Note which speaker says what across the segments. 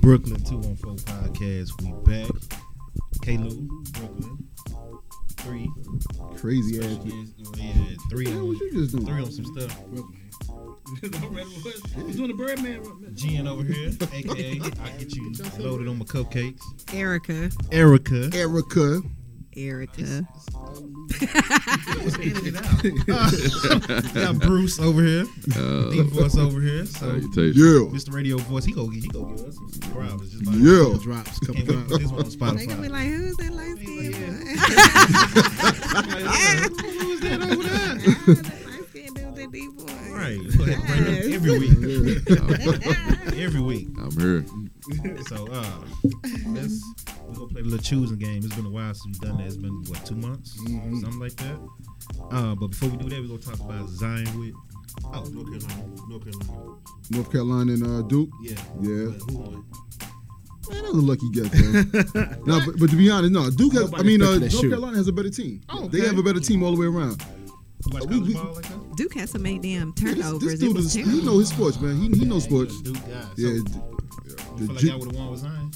Speaker 1: Brooklyn 214 podcast. We back. K Lou, Brooklyn. Three.
Speaker 2: Crazy ass.
Speaker 1: Special guest- Yeah, three
Speaker 2: Yeah,
Speaker 1: on
Speaker 2: what you just doing?
Speaker 1: three on some stuff.
Speaker 3: He's doing the Birdman.
Speaker 1: Jen over here, aka I get you loaded on my cupcakes.
Speaker 4: Erica.
Speaker 1: Erica.
Speaker 2: Erica.
Speaker 4: Erica.
Speaker 1: We got Bruce over here.
Speaker 5: Uh,
Speaker 1: D Force over here. So
Speaker 5: Salutations.
Speaker 2: Yeah.
Speaker 1: Mr. Radio Voice, he gonna he gonna give us some subscribers just like
Speaker 2: Yeah.
Speaker 3: Drops.
Speaker 1: Can't wait to put this one on
Speaker 4: They gonna be
Speaker 1: Spotify.
Speaker 4: like, who's that light skinned
Speaker 1: Who's that over there?
Speaker 4: boy?
Speaker 1: Right. Go ahead and bring them every week. Every week.
Speaker 5: I'm here.
Speaker 1: So uh let's we're gonna play the little choosing game. It's been a while since we've done that. It's been what two months?
Speaker 2: Mm-hmm.
Speaker 1: Something like that. Uh but before we do that, we're gonna talk about Zion with Oh, North Carolina. North Carolina.
Speaker 2: North Carolina and uh, Duke.
Speaker 1: Yeah.
Speaker 2: Yeah.
Speaker 1: But who won?
Speaker 2: Man, that was a lucky guess, man. no, but, but to be honest, no. Duke has, I mean, uh,
Speaker 3: expected that
Speaker 2: North
Speaker 3: shoot.
Speaker 2: Carolina has a better team.
Speaker 4: Oh,
Speaker 2: They
Speaker 4: okay.
Speaker 2: have a better team all the way around.
Speaker 1: You watch
Speaker 2: Oh, We-
Speaker 1: college
Speaker 2: we-
Speaker 1: ball like that?
Speaker 4: Duke had so many damn
Speaker 2: Yeah, this-
Speaker 4: turnovers.
Speaker 2: This,
Speaker 4: it
Speaker 2: dude,
Speaker 4: was
Speaker 2: is,
Speaker 4: terrible.
Speaker 2: he know his sports, man. He, he knows sports.
Speaker 1: Dude, guys. So,
Speaker 2: Yeah.
Speaker 1: yeah.
Speaker 2: d-
Speaker 1: I feel
Speaker 2: the
Speaker 1: like
Speaker 2: Ju-
Speaker 1: y'all would have won with Zion.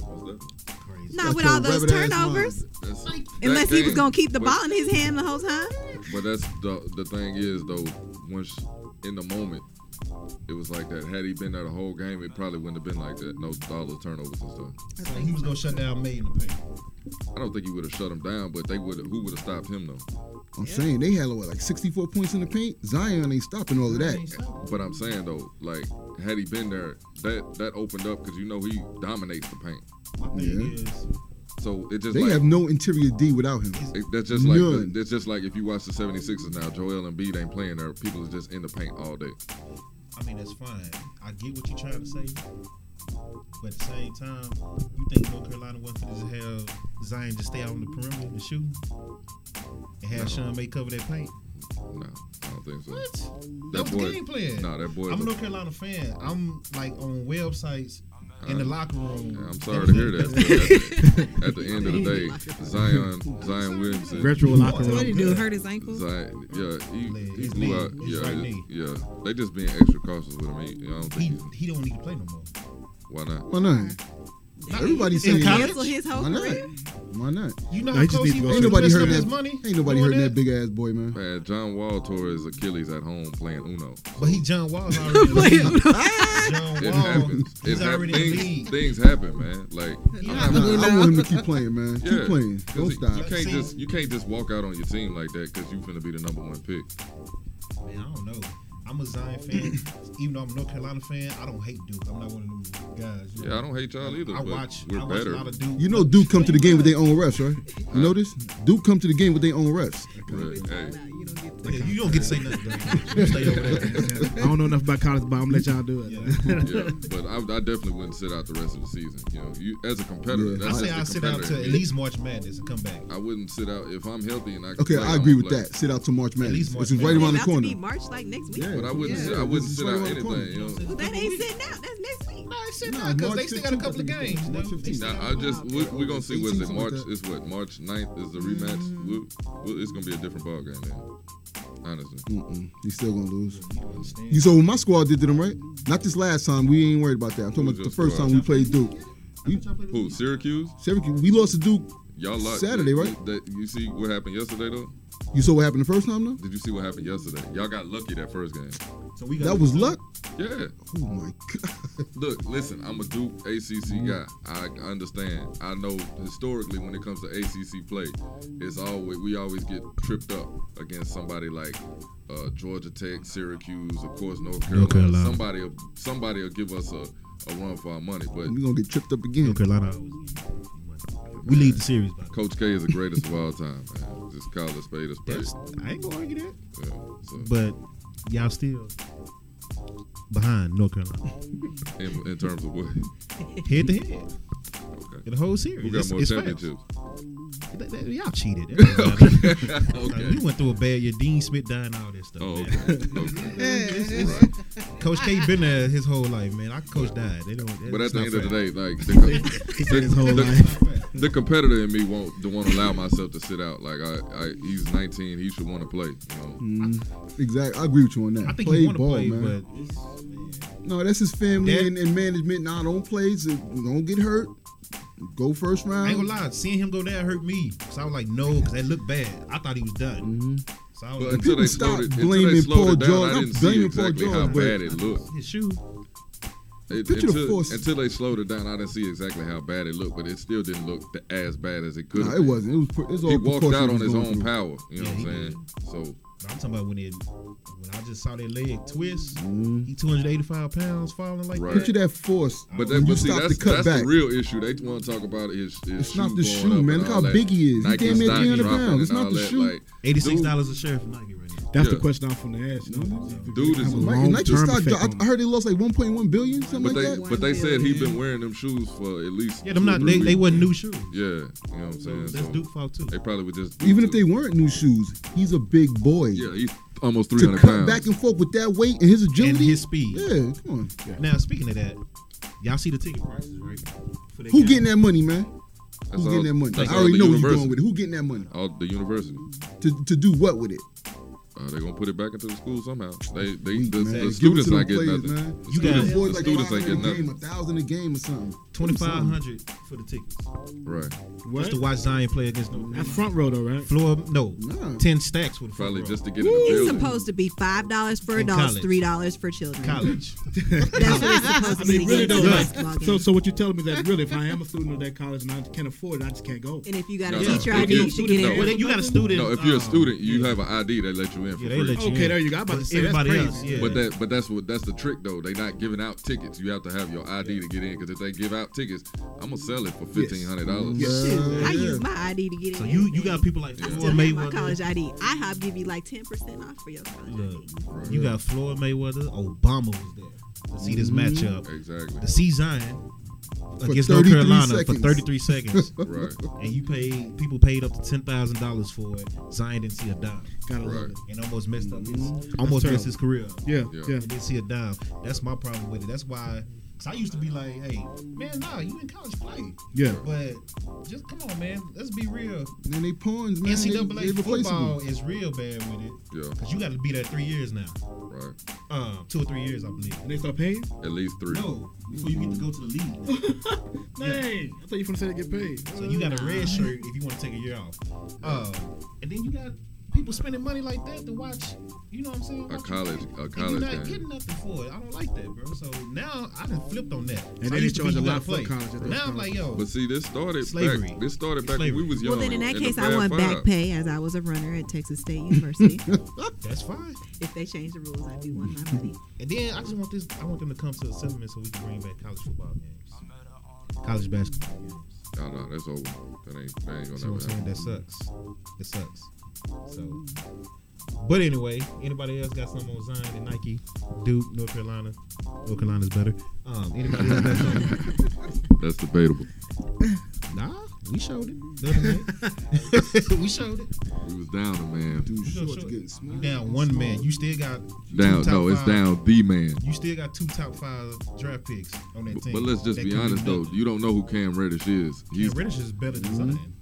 Speaker 1: Crazy.
Speaker 4: Not
Speaker 2: Got
Speaker 4: with
Speaker 2: your
Speaker 4: all those
Speaker 2: rabbit ass
Speaker 4: turnovers.
Speaker 2: mind.
Speaker 5: That's-
Speaker 4: Unless
Speaker 5: that
Speaker 4: he was
Speaker 5: game-
Speaker 4: gonna keep the
Speaker 5: but-
Speaker 4: ball in his hand the whole time.
Speaker 5: But that's the the thing is though, once in the moment, it was like that. Had he been there the whole game, it probably wouldn't have been like that. No dollar turnovers and stuff.
Speaker 1: So he was gonna shut down May in the paint.
Speaker 5: I don't think he would have shut him down, but they would. Who would have stopped him though?
Speaker 2: I'm saying they had what, like 64 points in the paint. Zion ain't stopping all of that.
Speaker 5: But I'm saying though, like had he been there, that that opened up because you know he dominates the paint.
Speaker 1: My thing is,
Speaker 5: So it just
Speaker 2: They
Speaker 5: like,
Speaker 2: have no interior D without him.
Speaker 5: It, that's just like
Speaker 2: None.
Speaker 5: that's just like if you watch the 76ers now, Joel Embiid ain't playing there. People is just in the paint all day.
Speaker 1: I mean, that's fine. I get what you're trying to say, but at the same time, you think North Carolina wasn't going to have Zion just stay out on the perimeter and shoot, and have
Speaker 5: No.
Speaker 1: Sean May cover that paint?
Speaker 5: No, I don't think so.
Speaker 1: That, was
Speaker 5: boy-
Speaker 1: game plan.
Speaker 5: Nah, that boy.
Speaker 1: I'm a North Carolina fan. I'm like on websites in the locker room.
Speaker 5: Yeah, I'm sorry to hear that. but At the, at the end of the day, Zion Zion Williamson.
Speaker 3: Virtual locker
Speaker 4: So what did he do?
Speaker 3: room.
Speaker 4: Hurt his ankle?
Speaker 5: Zion, yeah,
Speaker 1: Leg,
Speaker 5: he, he
Speaker 1: his knee,
Speaker 5: blew out.
Speaker 1: his
Speaker 5: Yeah,
Speaker 1: right
Speaker 5: it-
Speaker 1: knee.
Speaker 5: yeah. They just being extra cautious with him. He, I don't
Speaker 1: He,
Speaker 5: think. He's,
Speaker 1: he don't need to play no more.
Speaker 5: why not?
Speaker 2: Why not? Everybody's
Speaker 1: In
Speaker 2: saying
Speaker 1: college?
Speaker 4: Cancel his whole
Speaker 2: Why not?
Speaker 4: career.
Speaker 2: Why not?
Speaker 1: You know
Speaker 3: No,
Speaker 1: how
Speaker 3: he just
Speaker 1: close
Speaker 3: needs
Speaker 1: he
Speaker 3: to go
Speaker 1: was
Speaker 2: Ain't
Speaker 1: to
Speaker 2: nobody
Speaker 1: investing
Speaker 2: hurting
Speaker 1: his
Speaker 2: that.
Speaker 1: money.
Speaker 2: Ain't nobody
Speaker 1: doing
Speaker 2: hurting that big ass boy, man.
Speaker 5: Man, John Wall tore his Achilles at home playing Uno.
Speaker 1: But he John Wall's already. in the league. John
Speaker 5: It
Speaker 1: Wall,
Speaker 5: happens.
Speaker 1: he's
Speaker 5: it hap-
Speaker 1: already in the
Speaker 5: things,
Speaker 1: league.
Speaker 5: things happen, man. Like
Speaker 4: Yeah.
Speaker 5: I'm
Speaker 2: Nah,
Speaker 5: not,
Speaker 2: I want him to keep playing, man.
Speaker 5: Yeah,
Speaker 2: Keep playing.
Speaker 5: 'cause
Speaker 2: Don't
Speaker 5: you-
Speaker 2: stop.
Speaker 5: You
Speaker 1: Let's
Speaker 5: can't
Speaker 1: see.
Speaker 5: just you can't just walk out on your team like that because you finna be the number one pick.
Speaker 1: Man, I don't know. I'm a Zion fan. Even though I'm a North Carolina fan, I don't hate Duke. I'm not one of them guys. you know.
Speaker 5: Yeah, I don't hate y'all either.
Speaker 1: I
Speaker 5: but
Speaker 1: watch.
Speaker 5: We're
Speaker 1: I watch
Speaker 5: better.
Speaker 1: a lot of Duke.
Speaker 2: You know Duke come to the game with their own refs, right? You know this? Duke come to the game with their own refs.
Speaker 5: But, hey,
Speaker 1: Yeah, you don't get to say nothing. Doug. You stay over there.
Speaker 3: I don't know enough about college, but I'm gonna let y'all do it.
Speaker 1: Yeah.
Speaker 5: yeah, but I, I definitely wouldn't sit out the rest of the season. You know, you as a competitor,
Speaker 2: Yeah.
Speaker 1: I
Speaker 5: that's
Speaker 1: say
Speaker 5: just
Speaker 1: I
Speaker 5: the
Speaker 1: sit out
Speaker 5: competitor
Speaker 1: to at
Speaker 5: in me.
Speaker 1: least March Madness and come back.
Speaker 5: I wouldn't sit out if I'm healthy and I. Can
Speaker 2: Okay,
Speaker 5: play,
Speaker 2: I
Speaker 5: I'm
Speaker 2: agree with
Speaker 5: gonna play.
Speaker 2: that. Sit out to March Madness.
Speaker 1: March
Speaker 2: This is right
Speaker 1: Madness.
Speaker 2: around the
Speaker 4: About to be
Speaker 2: corner.
Speaker 4: March like next week.
Speaker 2: Yeah.
Speaker 5: But I wouldn't.
Speaker 2: Yeah.
Speaker 5: Sit, I
Speaker 2: This
Speaker 5: wouldn't
Speaker 2: is
Speaker 5: sit
Speaker 2: right
Speaker 5: out
Speaker 2: around the corner.
Speaker 5: anything. You know.
Speaker 4: Well, that ain't sitting out. That's next week.
Speaker 2: Nah,
Speaker 1: because
Speaker 2: March
Speaker 1: they still got a
Speaker 2: 15th,
Speaker 1: couple of
Speaker 2: I think
Speaker 1: games.
Speaker 2: it's March
Speaker 1: though.
Speaker 2: 15th.
Speaker 5: Nah, I just we we gonna see. Was
Speaker 2: 18, something
Speaker 5: it
Speaker 2: like
Speaker 5: March?
Speaker 2: that. Mm-hmm.
Speaker 5: It's what March 9th is the rematch. We'll, we'll, it's gonna be a different ball game then. Honestly,
Speaker 2: Mm-mm. He's still gonna lose.
Speaker 1: You don't understand.
Speaker 2: You so when my squad did to them, right? Not this last time. We ain't worried about that. I'm talking
Speaker 5: Who's
Speaker 2: about the
Speaker 5: your
Speaker 2: first
Speaker 5: squad?
Speaker 2: time we played Duke.
Speaker 5: who Syracuse?
Speaker 2: Syracuse, we lost to Duke.
Speaker 5: Y'all lost
Speaker 2: Saturday, right?
Speaker 5: That, you see what happened yesterday though?
Speaker 2: You saw what happened the first time though?
Speaker 5: Did you see what happened yesterday? Y'all got lucky that first game.
Speaker 1: So we
Speaker 2: That was luck.
Speaker 5: Yeah.
Speaker 2: Oh my god.
Speaker 5: Look, listen, I'm a Duke ACC guy. I understand. I know historically when it comes to ACC play, it's always we always get tripped up against somebody like uh, Georgia Tech, Syracuse, of course North Carolina.
Speaker 1: Carolina.
Speaker 5: Somebody, somebody will give us a, a run for our money. But
Speaker 2: We're gonna get tripped up again.
Speaker 1: North Carolina. We lead the series. By the way.
Speaker 5: Coach K is the greatest of all time, man. Just call a spade a spade.
Speaker 1: That's- I ain't gonna argue that.
Speaker 5: Yeah, so,
Speaker 1: But y'all still behind North Carolina
Speaker 5: in, in terms of what,
Speaker 1: head to head
Speaker 5: okay.
Speaker 1: in the whole series.
Speaker 5: who got
Speaker 1: It's-
Speaker 5: more
Speaker 1: it's
Speaker 5: championships?
Speaker 1: facts. That- that- Y'all cheated. That don't matter. Like,
Speaker 5: okay.
Speaker 1: we went through a bad year. Dean Smith died and all that stuff.
Speaker 5: Oh,
Speaker 1: man.
Speaker 5: okay. okay.
Speaker 1: It's- it's-
Speaker 5: Right.
Speaker 1: Coach K been there his whole life, man. Our coach died. They don't.
Speaker 5: But
Speaker 1: that's
Speaker 5: at the
Speaker 1: not
Speaker 5: end of the
Speaker 1: fair.
Speaker 5: day, like the, co-
Speaker 3: He said his whole
Speaker 5: the-
Speaker 3: life.
Speaker 5: the competitor in me won't don't want to allow myself to sit out. Like I, I he's 19, he should want to play. You know,
Speaker 2: Mm, exactly. I agree with you on that.
Speaker 1: I think
Speaker 2: play
Speaker 1: he want to
Speaker 2: ball,
Speaker 1: play,
Speaker 2: man.
Speaker 1: but
Speaker 2: No, that's his family
Speaker 1: That-
Speaker 2: and, and management. Now don't play. So don't get hurt. Go first
Speaker 1: I
Speaker 2: round.
Speaker 1: ain't gonna lie, seeing him go down hurt me. Cause I was like, no, cause that looked bad. I thought he was done.
Speaker 2: Mhm.
Speaker 1: So I
Speaker 5: But
Speaker 1: was
Speaker 5: until
Speaker 1: like,
Speaker 5: they
Speaker 2: people
Speaker 5: slowed
Speaker 2: stop
Speaker 5: it, until they
Speaker 2: blaming
Speaker 5: slowed
Speaker 2: Paul
Speaker 5: it down,
Speaker 2: George.
Speaker 5: I
Speaker 2: I'm
Speaker 5: didn't see
Speaker 2: blaming Paul
Speaker 5: exactly how
Speaker 2: George, but-
Speaker 5: bad it looked.
Speaker 1: his shoe.
Speaker 5: It,
Speaker 2: Picture the
Speaker 5: until,
Speaker 2: force.
Speaker 5: until they slowed it down, I didn't see exactly how bad it looked, but it still didn't look th- as bad as it could.
Speaker 2: Nah,
Speaker 5: have
Speaker 2: it
Speaker 5: been.
Speaker 2: wasn't. It was. pre- It was all
Speaker 5: He walked
Speaker 2: precaution he
Speaker 5: out on
Speaker 2: was
Speaker 5: his
Speaker 2: going
Speaker 5: own
Speaker 2: through.
Speaker 5: power.
Speaker 1: Yeah,
Speaker 5: You know what
Speaker 1: he
Speaker 5: I'm saying? So
Speaker 1: I'm talking about when it when I just saw that leg twist.
Speaker 2: Mhm.
Speaker 1: He 285 pounds falling like
Speaker 5: Right.
Speaker 1: that.
Speaker 2: Picture that force. when
Speaker 5: But, that,
Speaker 2: you
Speaker 5: but see,
Speaker 2: stop
Speaker 5: that's,
Speaker 2: the cut
Speaker 5: that's
Speaker 2: back.
Speaker 5: the real issue. They want to talk about his, his
Speaker 2: It's
Speaker 5: shoe
Speaker 2: not the
Speaker 5: going
Speaker 2: shoe,
Speaker 5: up
Speaker 2: man.
Speaker 5: and
Speaker 2: Look
Speaker 5: all
Speaker 2: how
Speaker 5: that.
Speaker 2: big he is. He
Speaker 5: Nike
Speaker 2: damn near
Speaker 5: stock
Speaker 2: 300
Speaker 5: dropping
Speaker 2: pounds. It's
Speaker 5: and
Speaker 2: not
Speaker 5: all
Speaker 2: the
Speaker 5: that,
Speaker 2: shoe.
Speaker 5: like,
Speaker 1: $86
Speaker 5: dude,
Speaker 1: a share from Nike right now.
Speaker 3: That's
Speaker 5: Yeah.
Speaker 3: the question I'm finna ask. You know?
Speaker 5: Dude is-
Speaker 3: Have a
Speaker 2: Like,
Speaker 3: long
Speaker 2: Nike
Speaker 3: term
Speaker 2: stock.
Speaker 3: effect on
Speaker 2: I, I heard they lost like 1.1 billion, something
Speaker 5: But
Speaker 2: like
Speaker 5: they,
Speaker 2: that.
Speaker 5: but they said he's
Speaker 1: billion.
Speaker 5: been wearing them shoes for at least
Speaker 1: Yeah, them
Speaker 5: two or
Speaker 1: not
Speaker 5: three
Speaker 1: they, they
Speaker 5: weeks.
Speaker 1: wasn't new shoes.
Speaker 5: Yeah, you know what I'm
Speaker 1: So
Speaker 5: saying.
Speaker 1: that's
Speaker 5: So
Speaker 1: Duke fault too.
Speaker 5: they probably would just
Speaker 2: Even if they weren't new shoes, he's a big boy.
Speaker 5: yeah, he's almost
Speaker 2: to
Speaker 5: 300
Speaker 2: cut
Speaker 5: pounds.
Speaker 2: back and forth with that weight and his agility.
Speaker 1: And his speed.
Speaker 2: yeah, come on.
Speaker 1: Now speaking of that, y'all see the ticket prices, right? For that
Speaker 2: Who
Speaker 1: guy?
Speaker 2: getting that money, man?
Speaker 5: That's
Speaker 2: Who's
Speaker 5: all-
Speaker 2: getting that money?
Speaker 5: that's
Speaker 2: I
Speaker 5: all
Speaker 2: already
Speaker 5: the
Speaker 2: know where you're
Speaker 5: university-
Speaker 2: going with it. Who getting that money?
Speaker 5: All the university.
Speaker 2: To, to do what with it?
Speaker 5: Uh, they're gonna put it back into the school somehow. They, they,
Speaker 2: Weak,
Speaker 5: the,
Speaker 2: man.
Speaker 5: the
Speaker 2: Give it
Speaker 5: students
Speaker 2: to them
Speaker 5: not getting
Speaker 2: players,
Speaker 5: nothing.
Speaker 2: man.
Speaker 5: The
Speaker 1: You got
Speaker 5: students,
Speaker 1: it.
Speaker 5: the
Speaker 2: Boys like
Speaker 5: students
Speaker 2: 500
Speaker 5: ain't
Speaker 2: a
Speaker 5: getting
Speaker 2: game,
Speaker 5: nothing.
Speaker 2: a thousand a game or something.
Speaker 1: Twenty five hundred for the tickets.
Speaker 5: Right.
Speaker 1: Just
Speaker 3: What?
Speaker 1: to watch Zion play against no
Speaker 3: That front row though, right?
Speaker 1: floor. No,
Speaker 2: Nah.
Speaker 1: ten stacks with the front
Speaker 5: Probably
Speaker 1: row.
Speaker 5: just to get in the
Speaker 4: It's
Speaker 5: building.
Speaker 4: supposed to be five dollars for
Speaker 1: In
Speaker 4: adults,
Speaker 1: college.
Speaker 4: three dollars for children.
Speaker 1: college.
Speaker 4: That's what it's supposed to be. to
Speaker 3: really
Speaker 4: get into
Speaker 3: though,
Speaker 4: a
Speaker 3: like,
Speaker 4: basketball game.
Speaker 3: So, so what you're telling me is that really, if I am a student of that college and I can't afford it, I just can't go.
Speaker 4: and if you got a
Speaker 5: No, no,
Speaker 4: teacher
Speaker 5: if
Speaker 4: ID,
Speaker 5: you-
Speaker 4: you should get
Speaker 5: no,
Speaker 4: in.
Speaker 1: well,
Speaker 4: early.
Speaker 1: you got a student.
Speaker 5: No, if you're
Speaker 1: uh,
Speaker 5: a student, you
Speaker 1: yeah.
Speaker 5: have an ID. They let you in for
Speaker 1: Yeah, they
Speaker 5: free.
Speaker 1: let you
Speaker 3: Okay,
Speaker 1: in.
Speaker 3: there you go. I'm about
Speaker 1: But
Speaker 3: to say, that's
Speaker 1: everybody
Speaker 3: crazy.
Speaker 1: else. Yeah.
Speaker 5: But that, but that's what that's the trick though. They not giving out tickets. You have to have your ID to get in. Because if they give out tickets, I'm gonna sell it for fifteen hundred dollars.
Speaker 2: Yes.
Speaker 4: Shoot, I
Speaker 2: Yeah.
Speaker 4: use my ID to get in.
Speaker 1: so you you got people like
Speaker 4: I
Speaker 1: Floyd
Speaker 4: still have my
Speaker 1: Mayweather.
Speaker 4: college ID. IHOP give you like ten percent off for your college
Speaker 1: Look,
Speaker 4: ID.
Speaker 1: you got Floyd Mayweather. Obama was there to see this
Speaker 3: Mm-hmm.
Speaker 1: matchup.
Speaker 5: Exactly.
Speaker 1: To see Zion against North
Speaker 2: 33
Speaker 1: Carolina for
Speaker 2: seconds.
Speaker 1: 33 seconds,
Speaker 5: Right.
Speaker 1: and you paid people paid up to ten thousand dollars for it. Zion didn't see a dime,
Speaker 3: Gotta love
Speaker 5: Right.
Speaker 3: it.
Speaker 1: and almost messed up his almost messed his career. up.
Speaker 3: Yeah,
Speaker 5: Yeah.
Speaker 3: yeah.
Speaker 1: and didn't see a dime. That's my problem with it. That's why, cause I used to be like, hey, man, nah, you in college play,
Speaker 3: Yeah.
Speaker 1: but just come on, man, let's be real.
Speaker 2: Man, they pawns, man. They-
Speaker 1: NCAA
Speaker 2: they
Speaker 1: football
Speaker 2: replaceable.
Speaker 1: is real bad with it,
Speaker 5: Yeah.
Speaker 1: cause you got to be there three years now,
Speaker 5: Right.
Speaker 1: um, two or three years, I believe.
Speaker 3: And they start paying?
Speaker 5: At least three.
Speaker 1: No, before you get to go to the league,
Speaker 3: Dang. I thought you were finna say they get paid.
Speaker 1: so you got a red shirt if you want to take a year off, um, and then you got people spending money like that to watch. You know what I'm saying?
Speaker 5: A
Speaker 1: Watch
Speaker 5: college a
Speaker 1: And you're
Speaker 5: college
Speaker 1: not getting
Speaker 5: game.
Speaker 1: nothing for it. I don't like that, bro. So now I done flipped on that.
Speaker 3: And
Speaker 1: I
Speaker 3: they
Speaker 1: used to
Speaker 3: charge
Speaker 1: be
Speaker 3: a
Speaker 1: you
Speaker 3: lot
Speaker 1: gotta
Speaker 3: for college at those
Speaker 1: Now I'm
Speaker 3: times.
Speaker 1: like, yo,
Speaker 5: But see, this started
Speaker 1: Slavery.
Speaker 5: back. This started back when we
Speaker 1: Slavery.
Speaker 5: was young.
Speaker 4: Well, then in that
Speaker 5: the
Speaker 4: case, I
Speaker 5: Fab
Speaker 4: want back
Speaker 5: Five.
Speaker 4: pay as I was a runner at Texas State University.
Speaker 1: that's fine.
Speaker 4: if they change the rules, I do want my money.
Speaker 1: And then I just want this. I want them to come to a settlement so we can bring back college football games, college basketball games.
Speaker 5: No, no, that's over. That ain't that ain't gonna
Speaker 1: So I'm
Speaker 5: never happen.
Speaker 1: saying that sucks. It sucks. So, but anyway, anybody else got something on Zion and Nike, Duke, North Carolina? North Carolina's better. Um, anybody else got something?
Speaker 5: That's debatable.
Speaker 1: Nah, we showed it. The other night. we showed it.
Speaker 5: We was down a man.
Speaker 2: Dude,
Speaker 1: You know,
Speaker 2: shorts
Speaker 1: short-
Speaker 2: getting small.
Speaker 1: You down one man. You still got two
Speaker 5: Down.
Speaker 1: top
Speaker 5: No, it's
Speaker 1: five-
Speaker 5: down the man.
Speaker 1: You still got two top five draft picks on that
Speaker 5: But,
Speaker 1: team.
Speaker 5: but let's just
Speaker 1: That
Speaker 5: be
Speaker 1: could
Speaker 5: honest though.
Speaker 1: nothing.
Speaker 5: You don't know who Cam Reddish is.
Speaker 1: Cam
Speaker 5: He's.
Speaker 1: Reddish is better than Zion.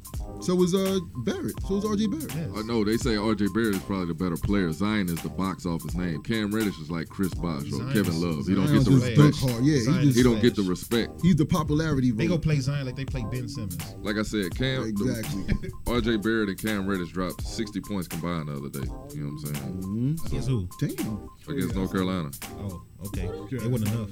Speaker 2: So was uh Barrett. So was RJ Barrett.
Speaker 1: Yes.
Speaker 5: I know they say RJ Barrett is probably the better player. Zion is the box office name. Cam Reddish is like Chris Bosh or
Speaker 1: Zion is-
Speaker 5: Kevin Love. He
Speaker 1: Zion
Speaker 5: don't
Speaker 2: Zion
Speaker 5: get the
Speaker 1: is
Speaker 2: just dunk
Speaker 5: respect.
Speaker 2: hard. Yeah,
Speaker 1: Zion
Speaker 2: he
Speaker 1: is-
Speaker 5: He
Speaker 2: just
Speaker 5: don't get the respect.
Speaker 2: he's the popularity vote.
Speaker 1: They gonna play Zion like they play Ben Simmons.
Speaker 5: Like I said, Cam,
Speaker 2: exactly.
Speaker 5: RJ Barrett and Cam Reddish dropped 60 points combined the other day. You know what I'm saying?
Speaker 2: Mhm.
Speaker 1: Guess who?
Speaker 2: Damn.
Speaker 5: Against North Carolina.
Speaker 1: Oh, okay. It wasn't enough.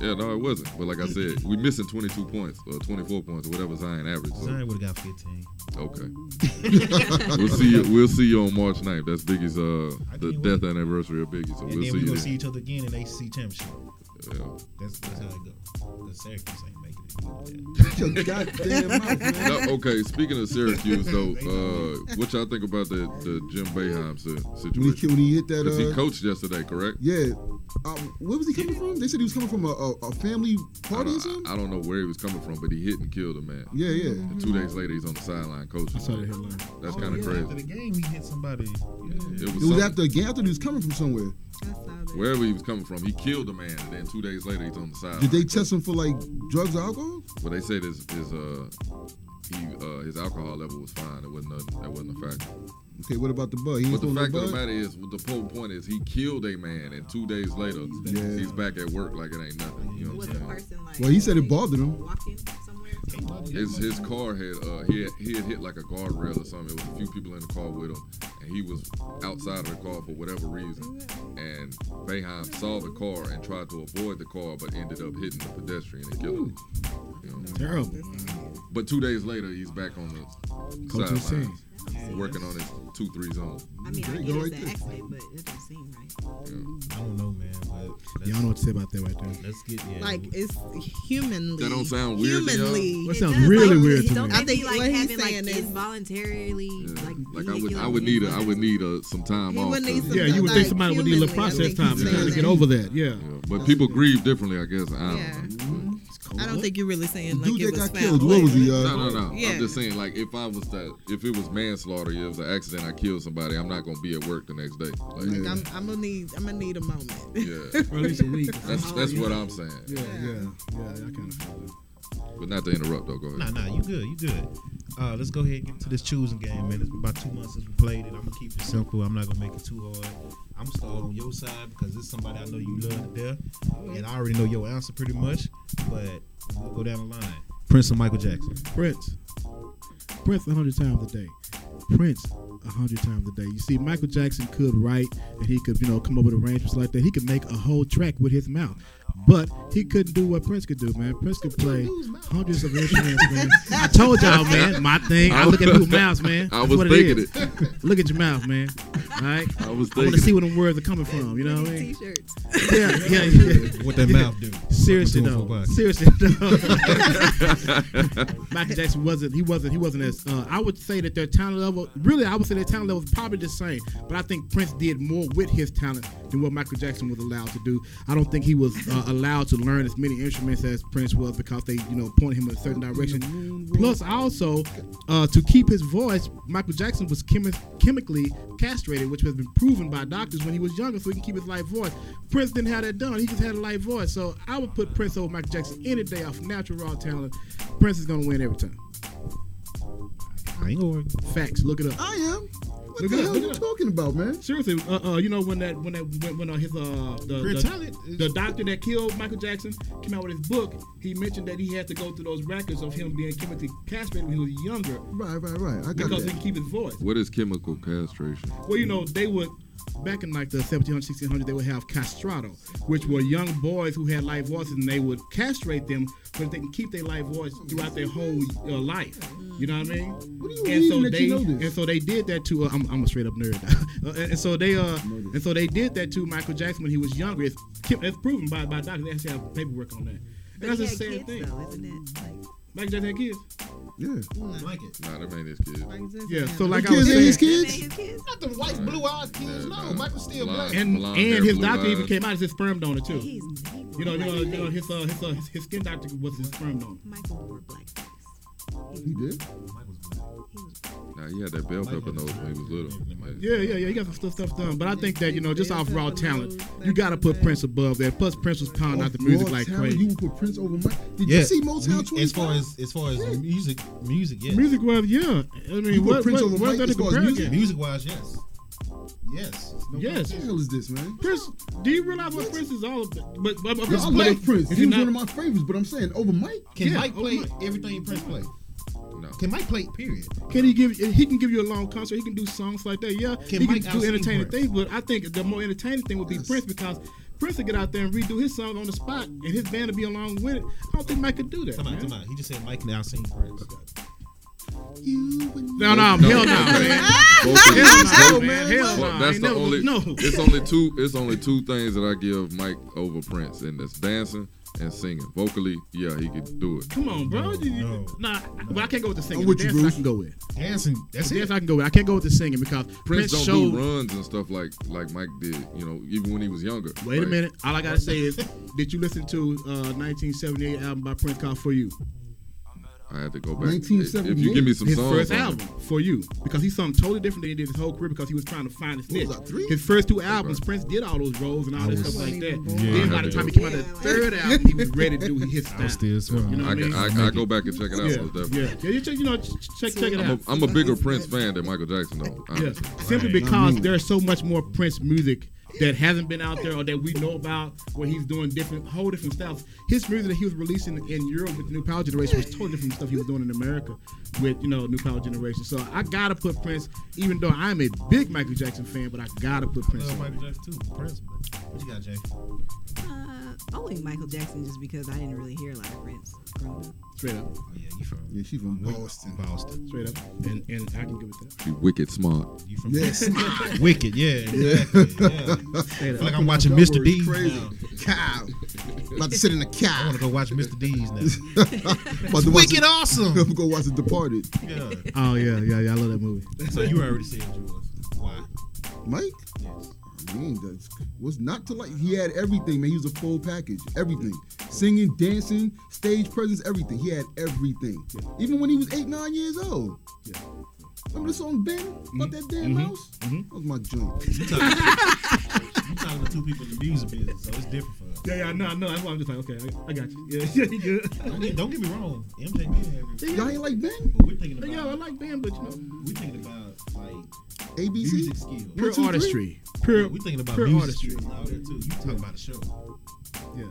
Speaker 5: Yeah, no, it wasn't. But like I said, we missing 22 points or 24 points or whatever Zion averaged. So,
Speaker 1: Zion would have got 15.
Speaker 5: okay. we'll see you. We'll see you on March 9th. That's Biggie's uh
Speaker 1: I
Speaker 5: the
Speaker 1: can't
Speaker 5: death anniversary of Biggie. So
Speaker 1: And
Speaker 5: we'll
Speaker 1: then
Speaker 5: see
Speaker 1: we
Speaker 5: you.
Speaker 1: gonna see
Speaker 5: then.
Speaker 1: each other again in ACC championship.
Speaker 5: Yeah.
Speaker 1: That's, that's how it go. Because Syracuse ain't making it. Oh, You know that.
Speaker 2: Shut your goddamn mouth, man.
Speaker 5: No, okay, speaking of Syracuse though, uh, what y'all think about the the Jim Boeheim si-
Speaker 2: When he,
Speaker 5: situation?
Speaker 2: when he hit that,
Speaker 5: Because he
Speaker 2: uh,
Speaker 5: coached yesterday, correct?
Speaker 2: yeah. Uh, where was he coming from? They said he was coming from a, a, a family
Speaker 5: I
Speaker 2: party or
Speaker 5: don't,
Speaker 2: something.
Speaker 5: Uh, I don't know where he was coming from, but he hit and killed a man.
Speaker 2: Yeah, yeah.
Speaker 5: And two days later, he's on the sideline coaching.
Speaker 3: I saw the headline.
Speaker 5: That's
Speaker 1: Oh,
Speaker 5: kind of
Speaker 1: yeah,
Speaker 5: crazy.
Speaker 1: After the game, he hit somebody.
Speaker 5: It was,
Speaker 2: It was
Speaker 5: something-
Speaker 2: after a game. I thought he was coming from somewhere.
Speaker 4: I saw that.
Speaker 5: wherever he was coming from. He killed a man, and then two days later, he's on the sideline.
Speaker 2: Did they test him for like drugs or alcohol?
Speaker 5: But they said his his uh he uh, his alcohol level was fine. It wasn't a, that wasn't a factor.
Speaker 2: Okay, what about the bud? He ain't
Speaker 5: But the
Speaker 2: supposed to
Speaker 5: fact of the
Speaker 2: bud?
Speaker 5: matter is, the whole point is, he killed a man, and two days later,
Speaker 2: Yeah.
Speaker 5: he's back at work like it ain't nothing. You know
Speaker 4: Was
Speaker 5: what
Speaker 4: the
Speaker 5: I'm saying?
Speaker 4: person like?
Speaker 2: Well, he said it bothered him.
Speaker 4: Walking somewhere.
Speaker 5: His, his car had uh, he had he had hit like a guardrail or something. It was a few people in the car with him, and he was outside of the car for whatever reason. And Beheim saw the car and tried to avoid the car, but ended up hitting the pedestrian and killing him. You know?
Speaker 3: Terrible.
Speaker 5: But two days later, he's back on the
Speaker 3: Culture
Speaker 5: sidelines,
Speaker 4: scene.
Speaker 5: working on his two three zone.
Speaker 4: I mean, I
Speaker 2: There you
Speaker 4: get
Speaker 2: go
Speaker 4: it's
Speaker 2: right
Speaker 4: an
Speaker 2: there.
Speaker 4: accident, but it don't seem right.
Speaker 1: I don't know, man. But
Speaker 3: Y'all
Speaker 1: let's,
Speaker 3: know what to say about that right there.
Speaker 1: let's get yeah,
Speaker 6: Like it's humanly.
Speaker 5: That don't sound weird to y'all?
Speaker 6: Humanly.
Speaker 3: That
Speaker 4: It
Speaker 3: sounds
Speaker 4: does,
Speaker 3: really
Speaker 4: like,
Speaker 3: weird to
Speaker 4: Don't
Speaker 3: me.
Speaker 4: they
Speaker 6: I think
Speaker 4: be, like
Speaker 6: what he's
Speaker 4: having like
Speaker 6: saying is-
Speaker 4: involuntarily
Speaker 5: Yeah.
Speaker 4: like
Speaker 5: Like I
Speaker 4: being
Speaker 5: would
Speaker 4: killed
Speaker 5: I
Speaker 4: on
Speaker 5: would need a I
Speaker 4: influence?
Speaker 5: would need a some time
Speaker 6: He
Speaker 5: off.
Speaker 6: would
Speaker 5: to-
Speaker 6: need some
Speaker 3: Yeah, you would
Speaker 6: Like,
Speaker 3: think somebody would need a little
Speaker 6: humanly, I
Speaker 3: process
Speaker 6: think
Speaker 3: time
Speaker 6: he's
Speaker 3: to kind
Speaker 5: saying
Speaker 3: of get
Speaker 6: that.
Speaker 3: over that. Yeah.
Speaker 5: Yeah, But people grieve differently, I guess. I don't
Speaker 6: Yeah.
Speaker 5: know.
Speaker 6: I don't think you're really saying
Speaker 2: The
Speaker 6: like
Speaker 2: dude
Speaker 6: it
Speaker 2: that
Speaker 6: was
Speaker 2: got
Speaker 6: found.
Speaker 2: killed, what was he? Uh,
Speaker 5: No, no, no.
Speaker 6: Mm-hmm. Yeah.
Speaker 5: I'm just saying, like, if I was that, if it was manslaughter, it was an accident, I killed somebody, I'm not gonna be at work the next day. Like,
Speaker 6: Like, I'm, I'm gonna need. I'm gonna need a moment.
Speaker 5: yeah,
Speaker 3: Or at least a week.
Speaker 5: that's that's what I'm saying.
Speaker 3: Yeah, yeah, yeah. I kind of feel that.
Speaker 5: But not to interrupt though. Go ahead.
Speaker 1: Nah, nah, you good, you good. Uh, let's go ahead and get to this choosing game, man. It's been about two months since we played it. I'm gonna keep it simple. I'm not gonna make it too hard. I'm gonna start on your side because this is somebody I know you love to death, and I already know your answer pretty much. But we'll go down the line. Prince and Michael Jackson.
Speaker 3: Prince. Prince a hundred times a day. Prince a hundred times a day. You see, Michael Jackson could write and he could, you know, come up with arrangements like that. He could make a whole track with his mouth. But he couldn't do what Prince could do, man. Prince could play hundreds of instruments, man. I told y'all, man, my thing. I look at people's mouths, man.
Speaker 5: I
Speaker 3: That's
Speaker 5: was
Speaker 3: what
Speaker 5: thinking
Speaker 3: it. Is. Look at your mouth, man. All right?
Speaker 5: I was
Speaker 3: I want to
Speaker 5: thinking.
Speaker 3: see where them words are coming from. You know what I mean?
Speaker 4: T-shirts.
Speaker 3: Yeah, yeah, yeah.
Speaker 1: What that mouth do?
Speaker 3: Seriously
Speaker 1: What we
Speaker 3: though,
Speaker 1: doing for a buck?
Speaker 3: seriously though, Michael Jackson wasn't. He wasn't. He wasn't as. Uh, I would say that their talent level. Really, I would say their talent level is probably the same. But I think Prince did more with his talent than what Michael Jackson was allowed to do. I don't think he was uh, allowed to learn as many instruments as Prince was because they, you know, pointed him in a certain direction. Plus, also uh, to keep his voice, Michael Jackson was chemi- chemically castrated, which has been proven by doctors when he was younger, so he can keep his live voice. Prince didn't have that done. He just had a live voice. So I would put Prince over Michael Jackson any day off natural raw talent. Prince is gonna win every time.
Speaker 1: I ain't gonna work.
Speaker 3: Facts. Look it up.
Speaker 2: I am. What
Speaker 3: Look
Speaker 2: the
Speaker 3: it up,
Speaker 2: hell are
Speaker 3: look
Speaker 2: you
Speaker 3: it up.
Speaker 2: talking about, man?
Speaker 3: Seriously, uh, uh, you know when that when that when, when uh, his uh the,
Speaker 1: Prince Talent
Speaker 3: the, the doctor that killed Michael Jackson came out with his book, he mentioned that he had to go through those records of him being chemically castrated when he was younger
Speaker 2: Right, right, right. I got
Speaker 3: because he
Speaker 2: that.
Speaker 3: could keep his voice.
Speaker 5: What is chemical castration?
Speaker 3: Well, you know, they would back in like the 1700s, 1600s, they would have castrato, which were young boys who had live voices, and they would castrate them so that they can keep their live voice throughout their whole uh, life. You know what I mean?
Speaker 2: What do you mean that
Speaker 3: they
Speaker 2: you know this?
Speaker 3: and so they did that to. Uh, I'm, I'm a straight up nerd. uh, and, and so they uh and so they did that to Michael Jackson when he was younger. It's, it's proven by by doctors. They actually have paperwork on that.
Speaker 4: But
Speaker 3: And that's
Speaker 4: he
Speaker 3: a
Speaker 4: had
Speaker 3: sad
Speaker 4: kids,
Speaker 3: thing.
Speaker 4: Though, isn't it? Like,
Speaker 3: Michael Jackson had kids.
Speaker 2: Yeah.
Speaker 1: Blanket.
Speaker 5: Nah, that ain't his kid.
Speaker 6: Michael Jackson
Speaker 3: Yeah.
Speaker 6: had
Speaker 3: So
Speaker 6: it.
Speaker 3: like I
Speaker 2: kids
Speaker 3: was
Speaker 2: ain't his
Speaker 3: saying.
Speaker 4: they
Speaker 2: kids.
Speaker 4: had kids.
Speaker 1: Not the white blue-eyed kids.
Speaker 5: Yeah, nah. Blonde-
Speaker 3: And
Speaker 5: blonde hair,
Speaker 3: and his
Speaker 5: blue
Speaker 3: doctor even
Speaker 5: eyes.
Speaker 3: came out as his sperm donor too.
Speaker 4: He's, he
Speaker 3: You
Speaker 4: wore
Speaker 3: know, you know,
Speaker 4: blackface.
Speaker 3: you know his, uh, his, uh, his, his skin doctor was his sperm donor.
Speaker 4: Michael wore blackface.
Speaker 2: He did.
Speaker 4: He was
Speaker 5: Nah, he had that bell pepper nose when he was little. Like,
Speaker 3: Yeah, yeah, yeah. He got some stuff, stuff done. But I think that, you know, just off raw talent, you got to put
Speaker 6: Yeah.
Speaker 3: Prince above that. Plus, Prince was pounding out the
Speaker 2: Off
Speaker 3: music
Speaker 2: Raw
Speaker 3: like
Speaker 2: Talent,
Speaker 3: crazy.
Speaker 2: You would put Prince over Mike. Did you
Speaker 1: Yeah.
Speaker 2: see Motown 25?
Speaker 1: As far as as far as music, music, yeah.
Speaker 3: Music was, yeah. I mean,
Speaker 2: You put
Speaker 3: what,
Speaker 2: Prince
Speaker 3: what,
Speaker 2: over
Speaker 3: what
Speaker 2: Mike
Speaker 3: better
Speaker 2: as far as
Speaker 3: comparison?
Speaker 2: music?
Speaker 1: Music-wise, yes, yes. No
Speaker 2: what
Speaker 3: Yes.
Speaker 2: the hell is this, man?
Speaker 3: Prince, do you realize what Prince is all about? But, but, but
Speaker 2: Yo,
Speaker 3: Prince
Speaker 2: I
Speaker 3: play.
Speaker 2: love Prince.
Speaker 3: Is
Speaker 2: He was
Speaker 3: not-
Speaker 2: one of my favorites, but I'm saying over Mike.
Speaker 1: Can
Speaker 3: Yeah,
Speaker 1: Mike
Speaker 3: oh
Speaker 1: play
Speaker 3: my-
Speaker 1: everything Prince play?
Speaker 5: No.
Speaker 1: Can Mike play? Period.
Speaker 3: Can he give? He can give you a long concert. He can do songs like that. Yeah,
Speaker 1: Can
Speaker 3: he
Speaker 1: Mike
Speaker 3: can do
Speaker 1: outsing
Speaker 3: entertaining
Speaker 1: Prince?
Speaker 3: things. But I think the more entertaining thing would be Prince because Prince would get out there and redo his song on the spot, and his band would be along with it. I don't think Mike could do that.
Speaker 1: Come on,
Speaker 3: man.
Speaker 1: come on. He just said Mike now sing Prince.
Speaker 2: You and
Speaker 3: No, no,
Speaker 5: No, no,
Speaker 3: hell no. man.
Speaker 5: Both of-
Speaker 3: Hell no,
Speaker 5: both-
Speaker 3: man.
Speaker 2: Well,
Speaker 3: Hell no.
Speaker 5: Well,
Speaker 3: I
Speaker 5: that's
Speaker 3: ain't
Speaker 5: the
Speaker 3: never
Speaker 5: only.
Speaker 3: gonna- No.
Speaker 5: It's only two. It's only two things that I give Mike over Prince, and that's dancing and singing. Vocally, yeah, he could do it.
Speaker 3: Come on, bro. You- you-
Speaker 1: no,
Speaker 3: nah, but I can't go with the singing.
Speaker 2: I'm with
Speaker 3: The
Speaker 2: you,
Speaker 3: dance
Speaker 2: Bruce.
Speaker 3: I can go with.
Speaker 1: Dancing. That's
Speaker 3: The
Speaker 1: it.
Speaker 3: dance I can go with. I can't go with the singing because Prince,
Speaker 5: Prince, don't
Speaker 3: showed.
Speaker 5: do runs and stuff like like Mike did. You know, even when he was younger.
Speaker 3: Wait a
Speaker 5: Like,
Speaker 3: minute. All I gotta say is, did you listen to uh 1978 album by Prince called For You?
Speaker 5: I had to go back. If
Speaker 2: 1978.
Speaker 5: you give me some
Speaker 3: his
Speaker 5: songs,
Speaker 3: first
Speaker 5: on it,
Speaker 3: album for you because he's something totally different than he did his whole career because he was trying to find his
Speaker 2: What
Speaker 3: niche.
Speaker 2: was that, three?
Speaker 3: His first two albums, Prince did all those roles and all that stuff like that.
Speaker 1: Yeah,
Speaker 3: then
Speaker 5: I
Speaker 3: by the
Speaker 5: did.
Speaker 3: time he came out of
Speaker 6: Yeah,
Speaker 3: the
Speaker 6: like-
Speaker 3: third album, he was ready to do his
Speaker 1: I
Speaker 3: style.
Speaker 1: was still swimming.
Speaker 3: You know
Speaker 5: I,
Speaker 3: what I
Speaker 5: can-
Speaker 3: mean?
Speaker 5: I, I go back and check it out.
Speaker 3: yeah,
Speaker 5: most definitely.
Speaker 3: yeah, yeah. You, check, you know, ch- check check it
Speaker 5: I'm,
Speaker 3: out.
Speaker 5: a, I'm a bigger Prince fan than Michael Jackson, though.
Speaker 3: Yeah,
Speaker 5: honestly.
Speaker 3: simply
Speaker 1: Right.
Speaker 3: because there's so much more Prince music that hasn't been out there or that we know about where he's doing different whole different styles. His music that he was releasing in Europe with the New Power Generation was totally different from stuff he was doing in America with, you know, New Power Generation. So I gotta put Prince, even though I'm a big Michael Jackson fan, but I gotta put Prince
Speaker 1: love
Speaker 3: on.
Speaker 1: Michael Jackson too. Prince, but what you got, Jay?
Speaker 4: Uh, only Michael Jackson just because I didn't really hear a lot of Prince growing up.
Speaker 3: Straight up.
Speaker 1: Oh yeah, you from
Speaker 2: Yeah, she from Boston.
Speaker 1: Boston.
Speaker 3: Straight up. And and I can give it that.
Speaker 5: He wicked smart.
Speaker 1: You from
Speaker 2: Yes.
Speaker 1: Wicked, yeah, exactly. Yeah.
Speaker 3: Straight
Speaker 1: I
Speaker 3: up.
Speaker 1: feel like I'm watching Mr. D.
Speaker 2: Crazy.
Speaker 1: now.
Speaker 2: Cow. About to sit in the
Speaker 1: I
Speaker 2: cow.
Speaker 1: want to go watch Mr. D's now.
Speaker 2: About to watch
Speaker 1: Wicked
Speaker 2: it-
Speaker 1: awesome.
Speaker 2: Go watch The Departed.
Speaker 1: Yeah.
Speaker 3: Oh yeah, yeah, yeah. I love that movie.
Speaker 1: So you already said yours. Why?
Speaker 2: Mike? I mean, that's, was not to like. He had everything, man. He was a full package. Everything. Singing, dancing, stage presence, everything. He had everything. Even when he was eight, nine years old.
Speaker 3: Yeah. Mm-hmm.
Speaker 2: Remember the song Ben? About that damn mouse? That was my joint.
Speaker 1: You talking, you talking to two people in the music business, so it's different for us.
Speaker 3: Yeah, yeah, no, no. That's why I'm just like, okay, I, I got you. Yeah, yeah, you good.
Speaker 1: Don't get, don't get me wrong. MJ did have it.
Speaker 2: Y'all ain't like Ben?
Speaker 1: But we're thinking about,
Speaker 3: Yeah, I like Ben, but you know,
Speaker 1: we're thinking about like music
Speaker 2: ABC?
Speaker 1: skills.
Speaker 2: One,
Speaker 3: pure
Speaker 2: two, three?
Speaker 3: artistry.
Speaker 1: Yeah,
Speaker 3: Pure.
Speaker 1: we're thinking about
Speaker 3: pure
Speaker 1: music
Speaker 3: artistry.
Speaker 1: skills and all that too. You talking about a show.
Speaker 3: Yeah.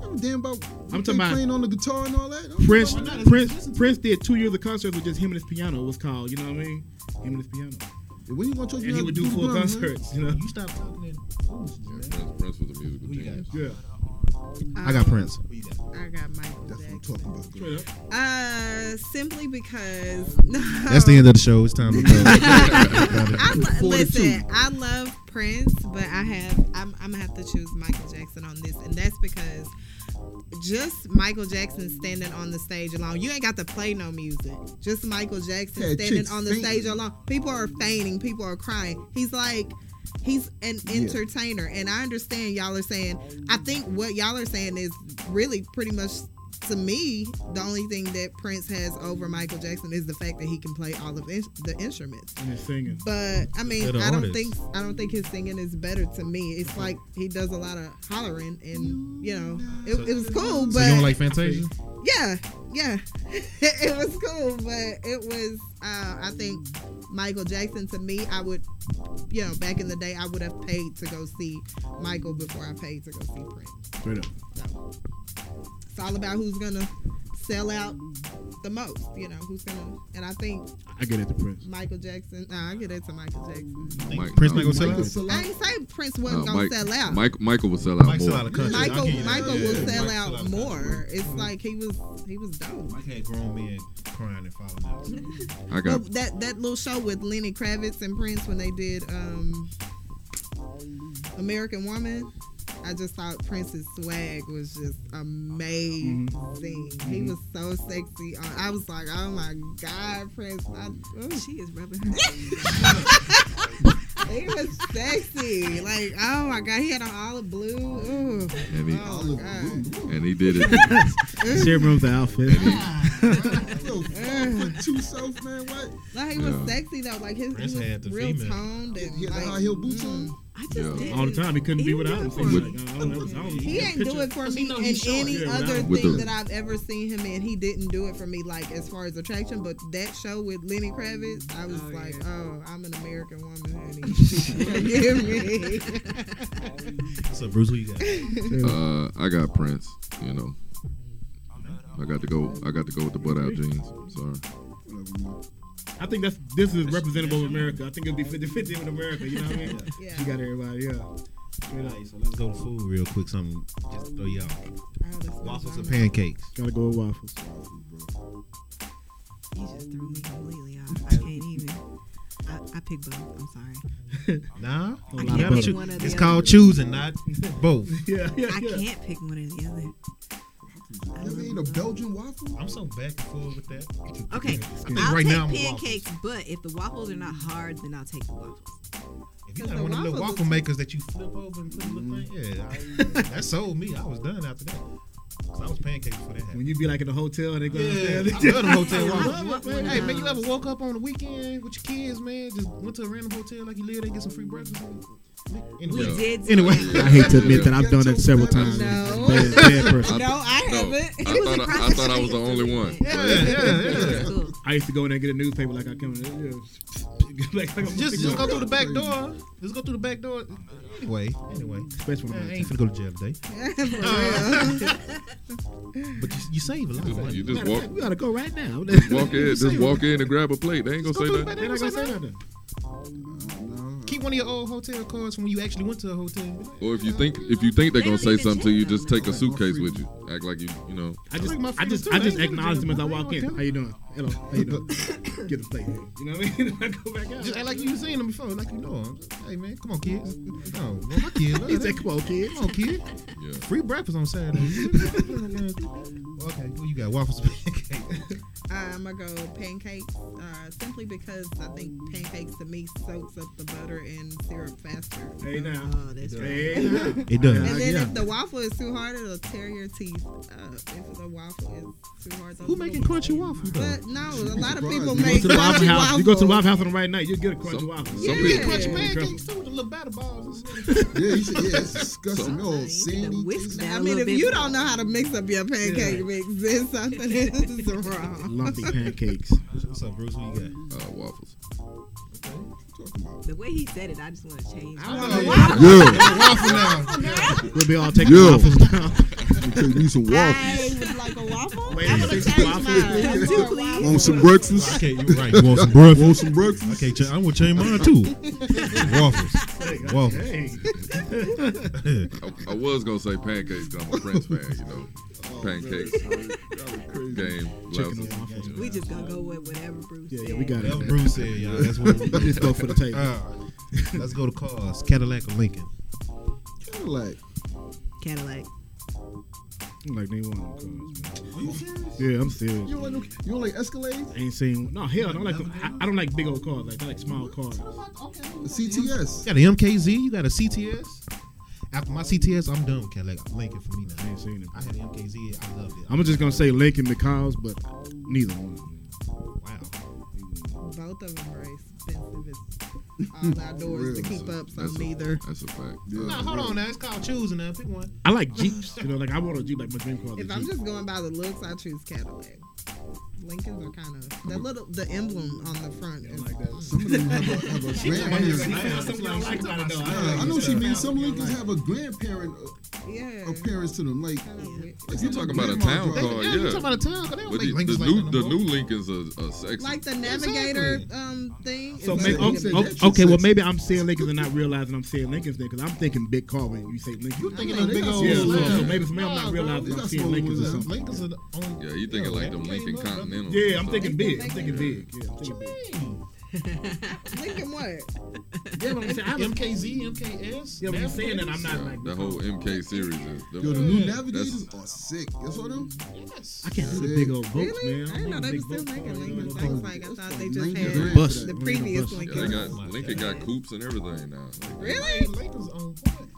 Speaker 2: I don't damn about
Speaker 3: I'm
Speaker 2: I'm
Speaker 3: talking about-
Speaker 2: playing on the guitar and all that. I don't
Speaker 3: Prince,
Speaker 2: know about
Speaker 3: Prince, Prince did two years of concerts with just him and his piano. It was called, you know what I mean? Him and his piano,
Speaker 2: that. When you gonna charge me
Speaker 3: and he
Speaker 2: how
Speaker 3: would
Speaker 2: to
Speaker 3: do
Speaker 2: the
Speaker 3: full
Speaker 2: drums, man?
Speaker 3: concerts. You know?
Speaker 1: You stop talking in foolishness,
Speaker 5: Yeah,
Speaker 1: man.
Speaker 5: Prince, Prince was a musical
Speaker 1: Who you
Speaker 5: genius.
Speaker 1: got?
Speaker 3: Yeah.
Speaker 1: I got Prince. Who you got?
Speaker 4: I got Michael
Speaker 2: That's what I'm
Speaker 4: Jackson.
Speaker 2: talking about. girl.
Speaker 3: Straight up.
Speaker 4: Uh, simply because
Speaker 1: That's the end of the show. It's time to
Speaker 4: I
Speaker 1: go.
Speaker 4: lo-
Speaker 2: Four to
Speaker 4: listen,
Speaker 2: two.
Speaker 4: I love Prince, but I have I'm, I'm gonna have to choose Michael Jackson on this, and that's because just Michael Jackson standing on the stage alone, you ain't got to play no music. Just Michael Jackson
Speaker 2: Yeah,
Speaker 4: standing
Speaker 2: chicks
Speaker 4: on the
Speaker 2: fainting.
Speaker 4: stage alone, people are fainting, people are crying. He's like. He's an
Speaker 2: Yeah.
Speaker 4: entertainer, and I understand y'all are saying. I think what y'all are saying is really pretty much to me the only thing that Prince has over Michael Jackson is the fact that he can play all of in- the instruments.
Speaker 3: And his singing.
Speaker 4: But I mean,
Speaker 1: Better
Speaker 4: I don't
Speaker 1: artist.
Speaker 4: think I don't think his singing is better to me. It's like he does a lot of hollering, and you know, it, it was cool.
Speaker 1: so you
Speaker 4: But
Speaker 1: don't like Fantasia?
Speaker 4: yeah, yeah, it was cool. But it was, uh, I think, Michael Jackson to me. I would, you know, back in the day, I would have paid to go see Michael before I paid to go see Prince.
Speaker 3: Straight up.
Speaker 4: So it's all about who's gonna sell out the most. You know, who's gonna, and I think
Speaker 3: I get it, the Prince.
Speaker 4: Michael Jackson. Nah, I get it to Michael Jackson.
Speaker 5: Mike-
Speaker 1: Prince
Speaker 5: no,
Speaker 1: not gonna sell
Speaker 2: Michael
Speaker 4: I
Speaker 1: out?
Speaker 2: Salak.
Speaker 4: ain't say Prince
Speaker 5: Uh,
Speaker 4: wasn't gonna
Speaker 5: Mike,
Speaker 4: sell out.
Speaker 5: Mike, Michael will sell out
Speaker 1: Mike
Speaker 5: more.
Speaker 1: sell out of country. I'll
Speaker 4: Michael
Speaker 1: give you that.
Speaker 4: Michael
Speaker 1: Yeah,
Speaker 4: will
Speaker 1: Mike
Speaker 4: sell
Speaker 1: sell out
Speaker 4: out
Speaker 1: of country.
Speaker 4: more. It's like he was he was dope.
Speaker 1: Mike had grown men crying and falling out.
Speaker 5: I got
Speaker 4: But that that little show with Lenny Kravitz and Prince when they did um American Woman. I just thought Prince's swag was just amazing. He was so sexy. Uh, I was like, oh my God, Prince. I, oh,
Speaker 6: She is rubbing her.
Speaker 4: he was sexy. Like, oh my God, he had on olive blue. Ooh.
Speaker 5: and he
Speaker 4: Oh
Speaker 2: Olive
Speaker 4: my God.
Speaker 5: and he did it.
Speaker 3: She remembers the outfit.
Speaker 2: Yo, for two self, man. What?
Speaker 4: Like he was
Speaker 5: Yeah.
Speaker 4: sexy though. Like his
Speaker 1: Prince
Speaker 4: he was
Speaker 1: had the
Speaker 4: real
Speaker 1: female.
Speaker 4: toned
Speaker 2: He
Speaker 4: and
Speaker 2: had the
Speaker 4: like,
Speaker 2: high heel boots
Speaker 4: mm.
Speaker 2: on.
Speaker 6: I just
Speaker 5: Yeah.
Speaker 6: didn't.
Speaker 3: All the time. He couldn't
Speaker 6: He
Speaker 3: be without
Speaker 6: didn't
Speaker 3: him.
Speaker 6: do
Speaker 3: So
Speaker 6: it
Speaker 3: he's
Speaker 5: for me.
Speaker 3: like, I don't know, that was- I don't
Speaker 4: He
Speaker 3: even
Speaker 4: ain't do
Speaker 3: picture.
Speaker 4: it for
Speaker 6: Cause he
Speaker 4: me
Speaker 6: know
Speaker 4: in
Speaker 6: he's short.
Speaker 4: any
Speaker 3: Yeah,
Speaker 4: other
Speaker 3: nah.
Speaker 5: With
Speaker 4: thing
Speaker 5: the-
Speaker 4: that I've ever seen him in. He didn't do it for me like as far as attraction, but that show with Lenny Kravitz, I was
Speaker 6: Oh,
Speaker 4: like,
Speaker 6: yeah.
Speaker 4: oh, I'm an American woman, honey. Forgive me.
Speaker 1: So Bruce, who you got?
Speaker 5: uh, I got Prince. You know, I got to go. I got to go with the butt out jeans. Sorry.
Speaker 2: Whatever, man.
Speaker 3: I think that's this is representative of America. I think it'll be 50 50 with America. You know what I mean?
Speaker 4: Yeah.
Speaker 3: You got everybody. Yeah. Straight up.
Speaker 1: Alright, so let's go to food real quick. Something just to throw y'all.
Speaker 4: Oh, that's not
Speaker 1: Waffles and
Speaker 4: drama.
Speaker 1: pancakes.
Speaker 3: Gotta go with waffles.
Speaker 6: You just threw me completely off. I can't even. I, I pick both. I'm sorry.
Speaker 1: Nah,
Speaker 3: A
Speaker 1: you
Speaker 3: lot of
Speaker 1: gotta
Speaker 3: butter.
Speaker 1: choo-
Speaker 6: One or the
Speaker 1: it's
Speaker 6: other.
Speaker 1: called choosing, not both.
Speaker 3: Yeah, yeah,
Speaker 6: I
Speaker 3: yeah.
Speaker 6: can't pick one or the other. I
Speaker 2: You ever ate a
Speaker 6: love
Speaker 2: Belgian waffle?
Speaker 1: I'm so back and forth with that.
Speaker 6: both. Okay,
Speaker 1: I think
Speaker 6: I'll
Speaker 1: right
Speaker 6: take
Speaker 1: now I'm with
Speaker 6: pancakes, but if the waffles are not hard, then I'll take the waffles.
Speaker 1: If you
Speaker 4: Cause
Speaker 1: got
Speaker 4: the
Speaker 1: one of them
Speaker 4: waffles Mm-hmm.
Speaker 1: little waffle makers that you flip over and put a little thing, yeah, I- that sold me. I was done after that. 'Cause I was pancakes for that. happened.
Speaker 3: When you be like in a hotel and they go
Speaker 1: Yeah,
Speaker 3: downstairs.
Speaker 1: I love the hotel.
Speaker 6: I
Speaker 1: I
Speaker 6: love
Speaker 1: love it,
Speaker 6: it.
Speaker 1: man. Hey, man, you ever woke up on the weekend with your kids, man? Just went to a random hotel like you live, they get some free breakfast.
Speaker 6: We
Speaker 1: Anyway,
Speaker 6: did.
Speaker 1: Anyway.
Speaker 6: something.
Speaker 3: I hate to admit that I've done that several times.
Speaker 4: No.
Speaker 3: Bad, bad person.
Speaker 4: No, I
Speaker 5: No,
Speaker 4: haven't.
Speaker 5: I thought I, I thought I was the only one.
Speaker 1: yeah, yeah, yeah.
Speaker 6: Cool.
Speaker 3: I used to go in there and get a newspaper like I come in. there, yeah. like, like I'm
Speaker 1: Just,
Speaker 3: picking
Speaker 1: just
Speaker 3: up
Speaker 1: go through the back door. Just go through the back door. Anyway, anyway.
Speaker 3: space for my
Speaker 1: Man, I ain't
Speaker 3: attention.
Speaker 1: finna go to jail today.
Speaker 4: For real.
Speaker 1: But you, you save a lot of money.
Speaker 5: You just walk
Speaker 3: We gotta go right now.
Speaker 5: walk in, just walk in and grab a plate. They ain't gonna say
Speaker 1: Go through the
Speaker 5: nothing.
Speaker 1: back
Speaker 3: They're
Speaker 1: door.
Speaker 3: not gonna
Speaker 1: say
Speaker 3: say
Speaker 1: nothing.
Speaker 3: nothing.
Speaker 2: No,
Speaker 1: Keep one of your old hotel cards from when you actually went to a hotel.
Speaker 5: Or if you think if you think they're
Speaker 6: They
Speaker 5: gonna
Speaker 6: don't
Speaker 5: say
Speaker 6: even
Speaker 5: something to you,
Speaker 6: check them.
Speaker 5: just take a suitcase with you. Act like you you know.
Speaker 3: I just,
Speaker 1: like my
Speaker 3: I
Speaker 1: freedom
Speaker 3: just,
Speaker 1: too.
Speaker 3: I
Speaker 1: I
Speaker 3: just
Speaker 1: ain't gonna
Speaker 3: acknowledge
Speaker 1: tell
Speaker 3: them as I
Speaker 1: them. I
Speaker 3: walk
Speaker 1: ain't
Speaker 3: in.
Speaker 1: gonna
Speaker 3: How you doing? Hello. How you doing? Get a plate. You know what I mean? I go back out.
Speaker 1: Just act like you seen them before, like you know them. Hey man, come on kids. No, well, my kids. love
Speaker 3: he
Speaker 1: that.
Speaker 3: said, "Come on, kid."
Speaker 1: Come on kid.
Speaker 5: Yeah.
Speaker 1: Free breakfast on Saturday. okay, well you got waffles.
Speaker 4: I'm gonna go pancakes, uh, simply because I think pancakes to me soaks up the butter and syrup faster.
Speaker 3: Hey now.
Speaker 6: Oh, that's right.
Speaker 3: Hey now.
Speaker 1: it does.
Speaker 4: And then
Speaker 3: yeah.
Speaker 4: if the waffle is too hard, it'll tear your teeth. Uh, if the waffle is too hard, those
Speaker 1: Who making
Speaker 4: little-
Speaker 1: crunchy waffles? though?
Speaker 4: But no, a lot of
Speaker 2: Surprise.
Speaker 4: people
Speaker 2: You go
Speaker 4: make
Speaker 3: to the Waffle
Speaker 4: crunchy
Speaker 3: House.
Speaker 4: waffles.
Speaker 3: You go to the Waffle House on the right night, you get a crunchy
Speaker 5: Some-
Speaker 3: waffle.
Speaker 5: some
Speaker 1: You
Speaker 5: people-
Speaker 1: get crunchy
Speaker 4: Yeah.
Speaker 1: pancakes too with the little batter balls.
Speaker 2: yeah, you should, yeah, it's disgusting. Oh,
Speaker 6: Sometimes you get
Speaker 2: sandy.
Speaker 6: the whisk
Speaker 2: taste.
Speaker 6: down
Speaker 4: I
Speaker 6: a
Speaker 4: mean,
Speaker 6: little
Speaker 4: if
Speaker 6: bit
Speaker 4: you
Speaker 6: more.
Speaker 4: don't know how to mix up your pancake mix, then something is wrong.
Speaker 3: Lumpy pancakes.
Speaker 1: What's up, Bruce? What you
Speaker 5: Uh, waffles.
Speaker 1: got? Okay.
Speaker 6: The way he said it, I just want to change.
Speaker 4: I
Speaker 6: it.
Speaker 4: want a
Speaker 1: Yeah.
Speaker 4: waffle.
Speaker 2: Yeah,
Speaker 1: Waffle now.
Speaker 3: We'll be all taking
Speaker 2: Yeah.
Speaker 3: waffles now.
Speaker 2: you could need some waffles.
Speaker 4: I would like a waffle.
Speaker 3: Wait,
Speaker 4: I'm gonna
Speaker 3: six
Speaker 4: change
Speaker 3: waffles?
Speaker 4: mine.
Speaker 6: Two, please.
Speaker 2: Want some breakfast?
Speaker 1: Okay, you're right. You want some breakfast?
Speaker 2: Want some breakfast?
Speaker 1: Okay, ch- I'm gonna change mine too. Waffles. Waffles.
Speaker 3: Hey.
Speaker 5: I, I was gonna say pancakes. 'cause I'm a Prince fan. You know,
Speaker 3: Oh,
Speaker 5: pancakes game.
Speaker 3: Chicken
Speaker 5: Blouses.
Speaker 3: and waffles.
Speaker 6: We just gonna go with whatever Bruce
Speaker 3: Yeah,
Speaker 6: said.
Speaker 3: yeah, we got
Speaker 1: Whatever
Speaker 3: it.
Speaker 1: Bruce said, y'all. That's what we do.
Speaker 3: Let's go for the table.
Speaker 1: Uh, let's go to cars. Cadillac or Lincoln?
Speaker 2: Cadillac.
Speaker 6: Cadillac.
Speaker 3: I'm like they want cars, man. Yeah, I'm serious.
Speaker 2: You don't like no, you don't like Escalades?
Speaker 3: I ain't seen no hell. I don't like. them- I, I don't like big old cars. Like I like small cars.
Speaker 2: The CTS.
Speaker 1: You got a MKZ, you got a CTS. After my CTS, I'm done with Cadillac. Lincoln for me
Speaker 3: I
Speaker 1: now.
Speaker 3: ain't seen them.
Speaker 1: I had an MKZ, I loved it.
Speaker 3: I'm just gonna say Lincoln McCall's, but neither one.
Speaker 1: wow.
Speaker 4: Both of them are expensive as all outdoors to keep up, so
Speaker 5: That's a-
Speaker 4: neither.
Speaker 5: That's a fact.
Speaker 1: Nah,
Speaker 2: Yeah.
Speaker 1: hold on now. It's called choosing now. Pick one.
Speaker 3: I like Jeeps. You know, like I want a Jeep. Like my dream car. is
Speaker 4: If
Speaker 3: a
Speaker 4: I'm
Speaker 3: Jeep.
Speaker 4: just going by the looks, I choose Cadillac. Lincolns are kind of the little the emblem on the front. Is,
Speaker 2: Some of them have a, have a grandparent. Yeah, I know she means some Lincolns have a grandparent uh,
Speaker 4: yeah.
Speaker 2: appearance to them. Like, like
Speaker 5: You talking about a town
Speaker 1: They,
Speaker 5: car?
Speaker 1: yeah, you talking
Speaker 5: Yeah.
Speaker 1: about a town? 'cause They don't make
Speaker 5: But the,
Speaker 1: Lincolns
Speaker 5: the
Speaker 1: like
Speaker 5: new
Speaker 1: that no
Speaker 5: the
Speaker 1: more.
Speaker 5: new Lincolns are, are sexy.
Speaker 4: Like the navigator
Speaker 1: Exactly.
Speaker 4: um thing.
Speaker 3: So
Speaker 4: is
Speaker 3: maybe,
Speaker 2: said-
Speaker 4: like-
Speaker 2: you said
Speaker 3: oh,
Speaker 2: that
Speaker 3: oh,
Speaker 2: you
Speaker 3: okay, well
Speaker 2: said-
Speaker 3: maybe I'm saying Lincoln and not realizing I'm saying Lincoln's there because I'm thinking big car when you say Lincoln.
Speaker 1: You thinking
Speaker 2: know,
Speaker 1: of
Speaker 2: they
Speaker 1: big
Speaker 2: got
Speaker 1: old
Speaker 3: yeah,
Speaker 2: small
Speaker 3: so,
Speaker 2: ones.
Speaker 3: so maybe for me I'm
Speaker 1: Nah,
Speaker 3: uh,
Speaker 1: bro,
Speaker 3: not realizing
Speaker 2: they
Speaker 3: I'm
Speaker 2: got
Speaker 3: seeing
Speaker 2: small
Speaker 3: Lincolns or
Speaker 2: ones,
Speaker 3: something.
Speaker 1: Lincolns are the on.
Speaker 5: Yeah, you thinking like them Lincoln Continental?
Speaker 3: Yeah, I'm thinking big. I'm thinking big. Yeah, I'm thinking big.
Speaker 4: Lincoln what?
Speaker 3: Yeah, but I'm saying, I haven't-
Speaker 1: MKZ, MKS.
Speaker 3: yeah, but I'm saying that I'm
Speaker 5: Yeah,
Speaker 3: not like
Speaker 5: the whole MK series is.
Speaker 2: Yo, the
Speaker 5: Them,
Speaker 2: new navigators are sick. You saw them?
Speaker 3: I can't do the big old boats,
Speaker 4: Really?
Speaker 3: man.
Speaker 4: I didn't know they were still making Lincolns. I was like, I thought they just had
Speaker 3: Bus.
Speaker 4: the previous
Speaker 5: yeah, they
Speaker 4: Lincoln.
Speaker 5: got Lincoln got coupes and everything now. Like,
Speaker 4: Really?
Speaker 1: Lincoln's on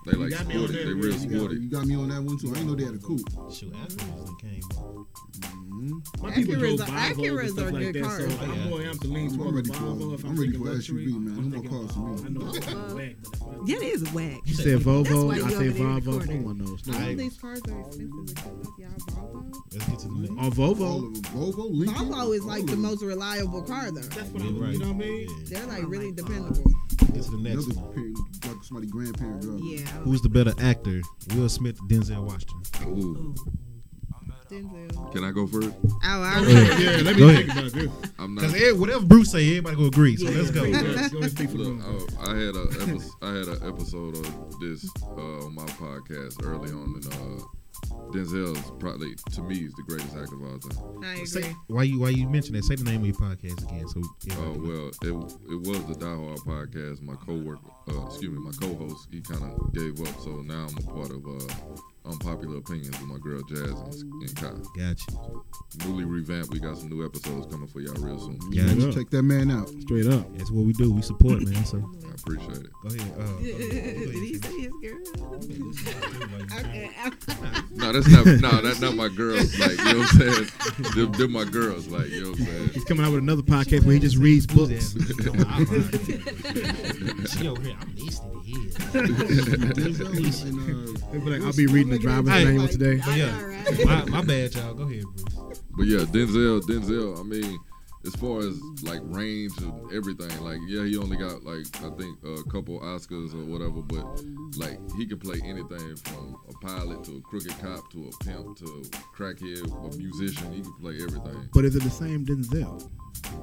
Speaker 5: They like
Speaker 3: got me on
Speaker 5: sporty.
Speaker 3: that,
Speaker 5: They
Speaker 3: man.
Speaker 5: real
Speaker 3: You
Speaker 2: Yeah,
Speaker 5: sporty.
Speaker 2: you got me on that one too. I didn't know they had a coupe.
Speaker 1: what? Shoot, Acura came.
Speaker 3: My people
Speaker 4: Acuras
Speaker 3: drove
Speaker 4: are-
Speaker 3: Volvos and
Speaker 4: Acuras
Speaker 3: stuff
Speaker 4: are
Speaker 3: like
Speaker 4: good
Speaker 3: that, so
Speaker 4: cars.
Speaker 1: Yeah.
Speaker 3: I'm more amped to lean
Speaker 2: I'm
Speaker 3: toward
Speaker 2: ready
Speaker 3: the
Speaker 2: for-
Speaker 3: Volvo if
Speaker 2: I'm
Speaker 3: I'm
Speaker 2: ready
Speaker 3: thinking
Speaker 2: for
Speaker 3: luxury.
Speaker 2: SUV, man.
Speaker 3: I'm
Speaker 2: No more
Speaker 3: thinking
Speaker 2: cars for me.
Speaker 3: Volvo. I know it's
Speaker 6: Volvo.
Speaker 3: whack, but that's what I'm
Speaker 6: Yeah, it is whack.
Speaker 3: You said
Speaker 6: why
Speaker 3: Volvo,
Speaker 6: you
Speaker 3: I
Speaker 6: over
Speaker 3: said
Speaker 6: there in the
Speaker 3: Volvo. I
Speaker 6: corner.
Speaker 3: don't want those.
Speaker 4: All
Speaker 1: I-
Speaker 4: these cars are expensive except for y'all Volvo.
Speaker 1: Let's get to the next.
Speaker 3: Or
Speaker 2: All
Speaker 3: Volvo.
Speaker 2: of them. Volvo, Lincoln.
Speaker 4: Volvo is like
Speaker 2: all
Speaker 4: the
Speaker 2: of them.
Speaker 4: most reliable car though.
Speaker 3: That's what I'm. You know what I mean?
Speaker 4: They're like
Speaker 6: like
Speaker 4: really
Speaker 6: Volvo.
Speaker 4: dependable.
Speaker 1: Get to the next
Speaker 2: Another
Speaker 1: one.
Speaker 2: parent, like somebody grandparent. Driver.
Speaker 6: Yeah. I don't
Speaker 1: Who's the better actor, Will Smith, or Denzel Washington?
Speaker 5: Ooh.
Speaker 4: Denzel.
Speaker 5: Can I go first?
Speaker 4: Oh, I already
Speaker 3: Yeah, let
Speaker 1: Go
Speaker 3: me
Speaker 1: ahead.
Speaker 3: think about this.
Speaker 5: I'm not.
Speaker 1: Because whatever Bruce say, everybody gonna agree. So
Speaker 6: Yeah.
Speaker 1: let's go.
Speaker 3: Go ahead, go ahead, speak for the
Speaker 5: Look,
Speaker 3: room.
Speaker 5: I, I had a epi- I had an episode of this uh, on my podcast early on, and uh, Denzel's probably to me is the greatest actor of all time.
Speaker 4: I
Speaker 1: Say,
Speaker 4: agree.
Speaker 1: why you why you mention that? Say the name of your podcast again. So
Speaker 5: Oh
Speaker 1: everybody-
Speaker 5: well, it it was the Die Hard podcast. My coworker, uh, excuse me, my co-host, he kind of gave up, so now I'm a part of uh, unpopular opinions with my girl Jazz and, and Kai.
Speaker 1: Gotcha.
Speaker 5: Newly revamped. We got some new episodes coming for y'all real soon.
Speaker 1: Gotcha.
Speaker 2: Let's check that man out.
Speaker 3: Straight up.
Speaker 1: That's what we do. We support, man. So
Speaker 5: I appreciate it.
Speaker 1: go ahead. Uh, go ahead.
Speaker 6: Did he say his girl?
Speaker 4: Okay.
Speaker 5: No, that's not. No, that's not my girls. Like you know what I'm saying. Them, them my girls. Like you know what I'm saying.
Speaker 3: He's coming out with another podcast where he just reads books.
Speaker 1: she over here. I'm listening to his.
Speaker 2: And, uh,
Speaker 3: He'll be like, I'll be reading the driver's
Speaker 1: Hey.
Speaker 3: manual today.
Speaker 1: So yeah,
Speaker 4: Alright.
Speaker 1: my, my bad, y'all. Go ahead, Bruce.
Speaker 5: But yeah, Denzel. Denzel. I mean, as far as like range and everything. Like yeah, he only got like I think a couple Oscars or whatever. But like he can play anything from a pilot to a crooked cop to a pimp to a crackhead, a musician. He can play everything.
Speaker 3: But is it the same Denzel?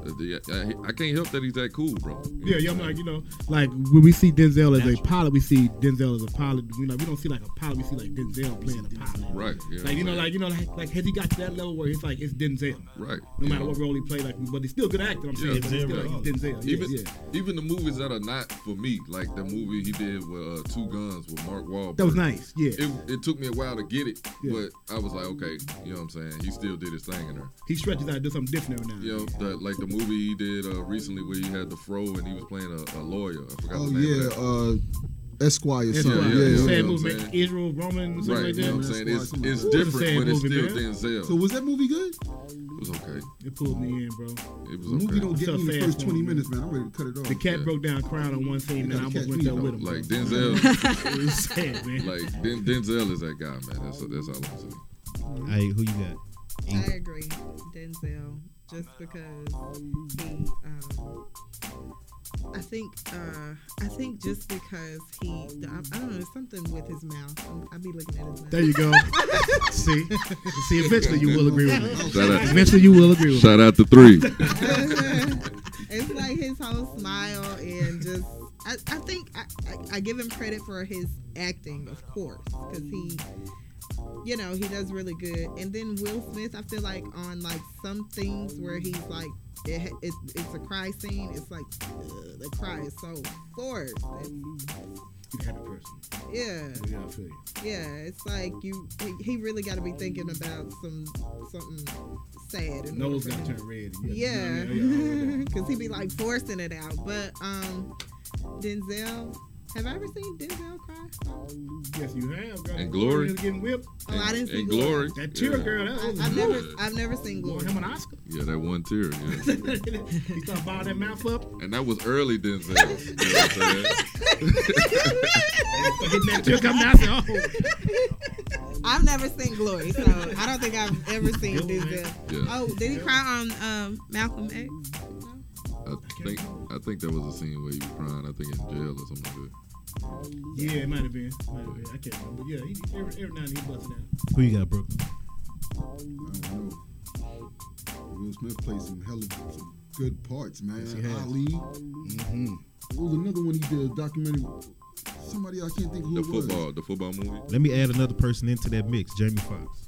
Speaker 5: Uh, yeah, I, I can't help that he's that cool, bro. You
Speaker 3: Yeah,
Speaker 5: know
Speaker 3: yeah. I'm
Speaker 5: what
Speaker 3: like, you know, like when we see Denzel as a pilot, we see Denzel as a pilot. You know, we don't see like a pilot. We see like Denzel playing a pilot.
Speaker 5: Right. Yeah,
Speaker 3: Like you know, like you know, like, like has he got to that level where it's like it's Denzel,
Speaker 5: Right.
Speaker 3: no
Speaker 5: you
Speaker 3: matter
Speaker 5: know.
Speaker 3: what role he plays, like, but he's still a good actor. I'm saying,
Speaker 5: Yeah.
Speaker 3: but it's still,
Speaker 1: Denzel.
Speaker 3: like, it's Denzel. Yeah,
Speaker 5: Even
Speaker 3: yeah.
Speaker 5: even the movies that are not for me, like the movie he did with uh, Two Guns with Mark Wahlberg.
Speaker 3: That was nice. Yeah,
Speaker 5: It, it took me a while to get it,
Speaker 3: Yeah.
Speaker 5: but I was like, okay, you know what I'm saying? He still did his thing in there.
Speaker 3: he stretches out, does something different every now. and
Speaker 5: You know, the, like the movie he did uh, recently where he had the fro and he was playing a, a lawyer. I forgot
Speaker 2: oh
Speaker 5: the name
Speaker 2: yeah,
Speaker 5: of that.
Speaker 2: uh, Esquire.
Speaker 3: then.
Speaker 2: something.
Speaker 5: yeah,
Speaker 2: yeah,
Speaker 5: yeah. you
Speaker 3: sad
Speaker 5: know what I'm
Speaker 3: movement,
Speaker 5: saying?
Speaker 3: Israel, Roman, something
Speaker 5: Right,
Speaker 3: like
Speaker 5: you know what I'm
Speaker 3: that.
Speaker 5: saying? It's, it's
Speaker 3: It was a sad
Speaker 5: different, but it's
Speaker 3: movie,
Speaker 5: still
Speaker 3: man.
Speaker 5: Denzel.
Speaker 2: So was that movie good?
Speaker 5: it was okay.
Speaker 3: It pulled me in, bro.
Speaker 5: It
Speaker 2: The
Speaker 5: was
Speaker 2: movie
Speaker 5: okay.
Speaker 2: don't get
Speaker 3: It's
Speaker 2: me
Speaker 3: a
Speaker 2: in the
Speaker 3: fast
Speaker 2: first twenty
Speaker 3: one,
Speaker 2: minutes, man. I'm ready to cut it off.
Speaker 3: The cat
Speaker 5: yeah.
Speaker 3: broke down crying on one scene, and I
Speaker 2: gotta
Speaker 3: almost
Speaker 2: catch
Speaker 3: went
Speaker 2: me,
Speaker 3: there
Speaker 2: though.
Speaker 3: with him.
Speaker 5: like
Speaker 3: bro.
Speaker 5: Denzel,
Speaker 3: It was sad, man.
Speaker 5: like Den, Denzel is that guy, man. That's that's all I'm saying.
Speaker 1: Hey, who you got?
Speaker 4: I agree, Denzel, just because he, um, I think, uh, I think just because he, I, I don't know, something with his mouth. I'm- I be looking at his mouth.
Speaker 3: There you go. see, see, eventually you will agree with me.
Speaker 5: Shout out,
Speaker 3: Eventually you will agree with me.
Speaker 5: shout out to three.
Speaker 4: Oh, it's like his whole smile and just. I, I think I, I, I give him credit for his acting, of course, because he, you know, he does really good. And then Will Smith, I feel like on like some things where he's like, it, ha- it's it's a cry scene. It's like ugh, the cry is so forced. It's-
Speaker 3: You're a happy person.
Speaker 4: yeah,
Speaker 3: Yeah, I feel you.
Speaker 4: yeah. It's like you, he- he really got to be thinking about some something sad. in order
Speaker 3: Nose
Speaker 4: for
Speaker 3: got
Speaker 4: him
Speaker 3: turned red.
Speaker 4: yeah,
Speaker 3: yeah.
Speaker 4: because he be like forcing it out. But um, Denzel, have I ever seen Denzel cry?
Speaker 3: Yes, you have. Girl.
Speaker 5: And Glory.
Speaker 3: He's getting whipped.
Speaker 4: Oh, I didn't see
Speaker 5: and
Speaker 4: Glory.
Speaker 5: glory.
Speaker 3: That tear
Speaker 5: yeah.
Speaker 3: girl. That
Speaker 4: I,
Speaker 3: was
Speaker 4: I've never,
Speaker 3: never.
Speaker 4: I've never seen Glory.
Speaker 3: Want him an Oscar?
Speaker 5: Yeah, that one tear. Yeah.
Speaker 3: he started filing that mouth up.
Speaker 5: And that was early Denzel. You know what I'm saying?
Speaker 3: Getting that tear coming out. I said, oh.
Speaker 4: I've never seen Glory, so I don't think I've ever seen
Speaker 3: Good one,
Speaker 4: Denzel.
Speaker 5: Yeah.
Speaker 4: Oh, did he cry on um, Malcolm X?
Speaker 5: I think I think that was a scene where he was crying. I think in jail or something like
Speaker 3: Yeah, it might have been. Might have been. I can't remember. But yeah, he, every, every now and then he busting out.
Speaker 1: Who you got, Brooklyn?
Speaker 2: I don't know. Will Smith played some hell of some good parts, man.
Speaker 3: he has. Mm-hmm.
Speaker 2: Ali. What was another one he did a documentary. with? Somebody I can't think who
Speaker 5: that. The
Speaker 2: it was.
Speaker 5: football, the football movie.
Speaker 1: Let me add another person into that mix, Jamie Foxx.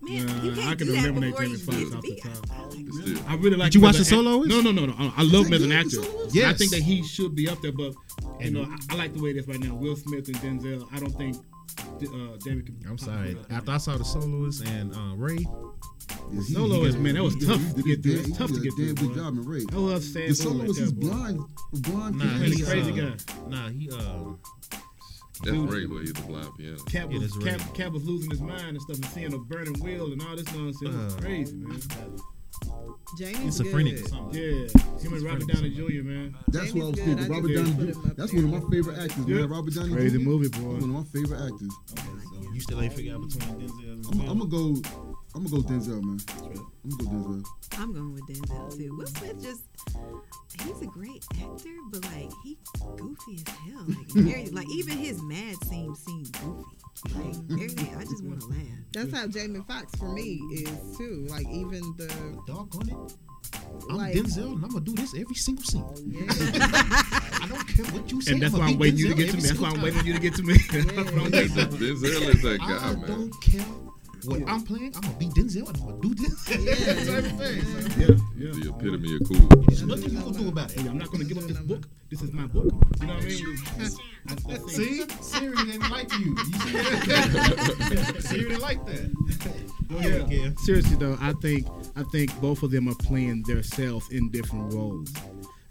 Speaker 6: Man, you
Speaker 3: Nah,
Speaker 6: can't
Speaker 3: I can
Speaker 6: do that
Speaker 3: eliminate
Speaker 6: before
Speaker 3: Jamie Foxx
Speaker 6: you get to
Speaker 3: off the
Speaker 6: be-
Speaker 3: top.
Speaker 6: I like
Speaker 5: It's still
Speaker 3: I really like.
Speaker 1: you
Speaker 3: him
Speaker 1: watch
Speaker 3: as
Speaker 1: The
Speaker 3: an act-
Speaker 1: Soloist?
Speaker 3: No, no, no, no. I I love him as an
Speaker 2: Yeah,
Speaker 3: actor.
Speaker 2: so was-
Speaker 1: Yes.
Speaker 3: I think that he should be up there, but you
Speaker 1: And-
Speaker 3: know, I, I like the way it is right now. Will Smith and Denzel. I don't think uh, Jamie can.
Speaker 1: I'm sorry. After I saw the soloist and uh, Ray,
Speaker 2: Yeah, he-
Speaker 3: Solo
Speaker 2: he
Speaker 3: is
Speaker 2: did-
Speaker 3: man, that was
Speaker 2: he
Speaker 3: tough
Speaker 2: did-
Speaker 3: to
Speaker 2: he
Speaker 3: get through.
Speaker 2: did-
Speaker 3: It's tough
Speaker 2: he
Speaker 3: to
Speaker 2: did a
Speaker 3: get through.
Speaker 2: damn good
Speaker 3: boy.
Speaker 2: job in Ray.
Speaker 3: I love sad.
Speaker 2: The
Speaker 3: boy
Speaker 2: solo
Speaker 3: like
Speaker 2: was
Speaker 3: that,
Speaker 2: his
Speaker 3: boy.
Speaker 2: blind, blind.
Speaker 1: nah,
Speaker 2: kid.
Speaker 3: he's
Speaker 1: he,
Speaker 3: a crazy
Speaker 1: uh,
Speaker 3: guy.
Speaker 1: Nah, he uh,
Speaker 5: That's Ray where he's the blind piano.
Speaker 3: Cap
Speaker 1: Yeah,
Speaker 3: was,
Speaker 1: that's
Speaker 3: Cap,
Speaker 1: right.
Speaker 3: Cap was losing his mind and stuff and seeing a burning wheel and all this nonsense. It was
Speaker 1: Uh,
Speaker 3: crazy, man.
Speaker 4: Jamie's
Speaker 1: schizophrenic or
Speaker 4: good.
Speaker 1: something.
Speaker 3: Yeah. Him and Robert Downey Jr., man.
Speaker 2: That's what I
Speaker 4: Jamie's
Speaker 2: was thinking.
Speaker 4: good. I
Speaker 2: Robert
Speaker 3: just
Speaker 2: Downey
Speaker 4: put him
Speaker 2: Jr.
Speaker 4: up
Speaker 2: That's
Speaker 4: there.
Speaker 2: one of my favorite actors,
Speaker 3: Yeah.
Speaker 2: man. Robert Downey
Speaker 3: Crazy
Speaker 2: Jr.
Speaker 3: movie,
Speaker 2: One of
Speaker 3: boy.
Speaker 2: my favorite actors.
Speaker 1: You still ain't figured out between Denzel and
Speaker 2: I'm,
Speaker 3: Mm-hmm.
Speaker 1: Will.
Speaker 2: I'm gonna go. I'm gonna go Denzel, man. I'm gonna go Denzel.
Speaker 6: I'm going with
Speaker 4: Oh,
Speaker 6: Denzel too. Will Smith just he's a great actor, but like he goofy as hell. Like, very- like even his mad scenes seem goofy. Like everything, I just want to laugh.
Speaker 4: That's how Jamie Foxx for me is too. Like even the
Speaker 1: Dog on it. I'm
Speaker 4: Like- Oh,
Speaker 1: Denzel and I'm gonna do this every single scene.
Speaker 4: yeah,
Speaker 1: I don't care what you say.
Speaker 3: And that's
Speaker 1: I'ma
Speaker 3: why I'm
Speaker 1: beat
Speaker 3: waiting you to
Speaker 1: Denzel
Speaker 3: get to
Speaker 1: every
Speaker 3: me. That's why
Speaker 1: single
Speaker 3: I'm waiting
Speaker 1: time.
Speaker 3: you to get to me. That's why I'm
Speaker 5: Denzel
Speaker 3: waiting.
Speaker 5: Denzel is that guy,
Speaker 1: I
Speaker 5: man.
Speaker 1: don't care When
Speaker 2: Yeah.
Speaker 1: I'm playing, I'm gonna be Denzel and I'm gonna do this.
Speaker 4: Yeah.
Speaker 1: Type of thing. So,
Speaker 2: Yeah, yeah.
Speaker 5: The epitome of cool.
Speaker 1: There's nothing you can do about
Speaker 3: Hey,
Speaker 1: it.
Speaker 3: I'm not gonna give up this book. This is my book. You know what I mean? I- I think-
Speaker 1: See, Siri didn't like you. you see? Siri didn't like that. Go ahead, yeah.
Speaker 3: seriously though, I think I think both of them are playing themselves in different roles,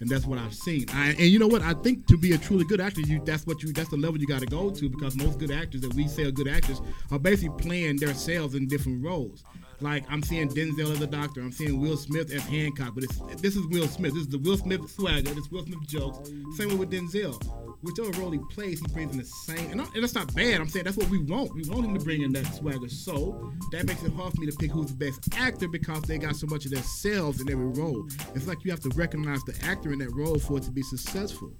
Speaker 3: and that's what I've seen. I, and you know what? I think to be a truly good actor, you that's what you that's the level you got to go to because most good actors that we say are good actors are basically playing themselves in different roles. Like I'm seeing Denzel as a doctor, I'm seeing Will Smith as Hancock, but it's, this is Will Smith. This is the Will Smith swagger. This Will Smith jokes. Same way with Denzel whichever role he plays, he brings in the same. And, not, and that's not bad. I'm saying that's what we want. We want him to bring in that swagger. So that makes it hard for me to pick who's the best actor because they got so much of themselves in every role. It's like you have to recognize the actor in that role for it to be successful.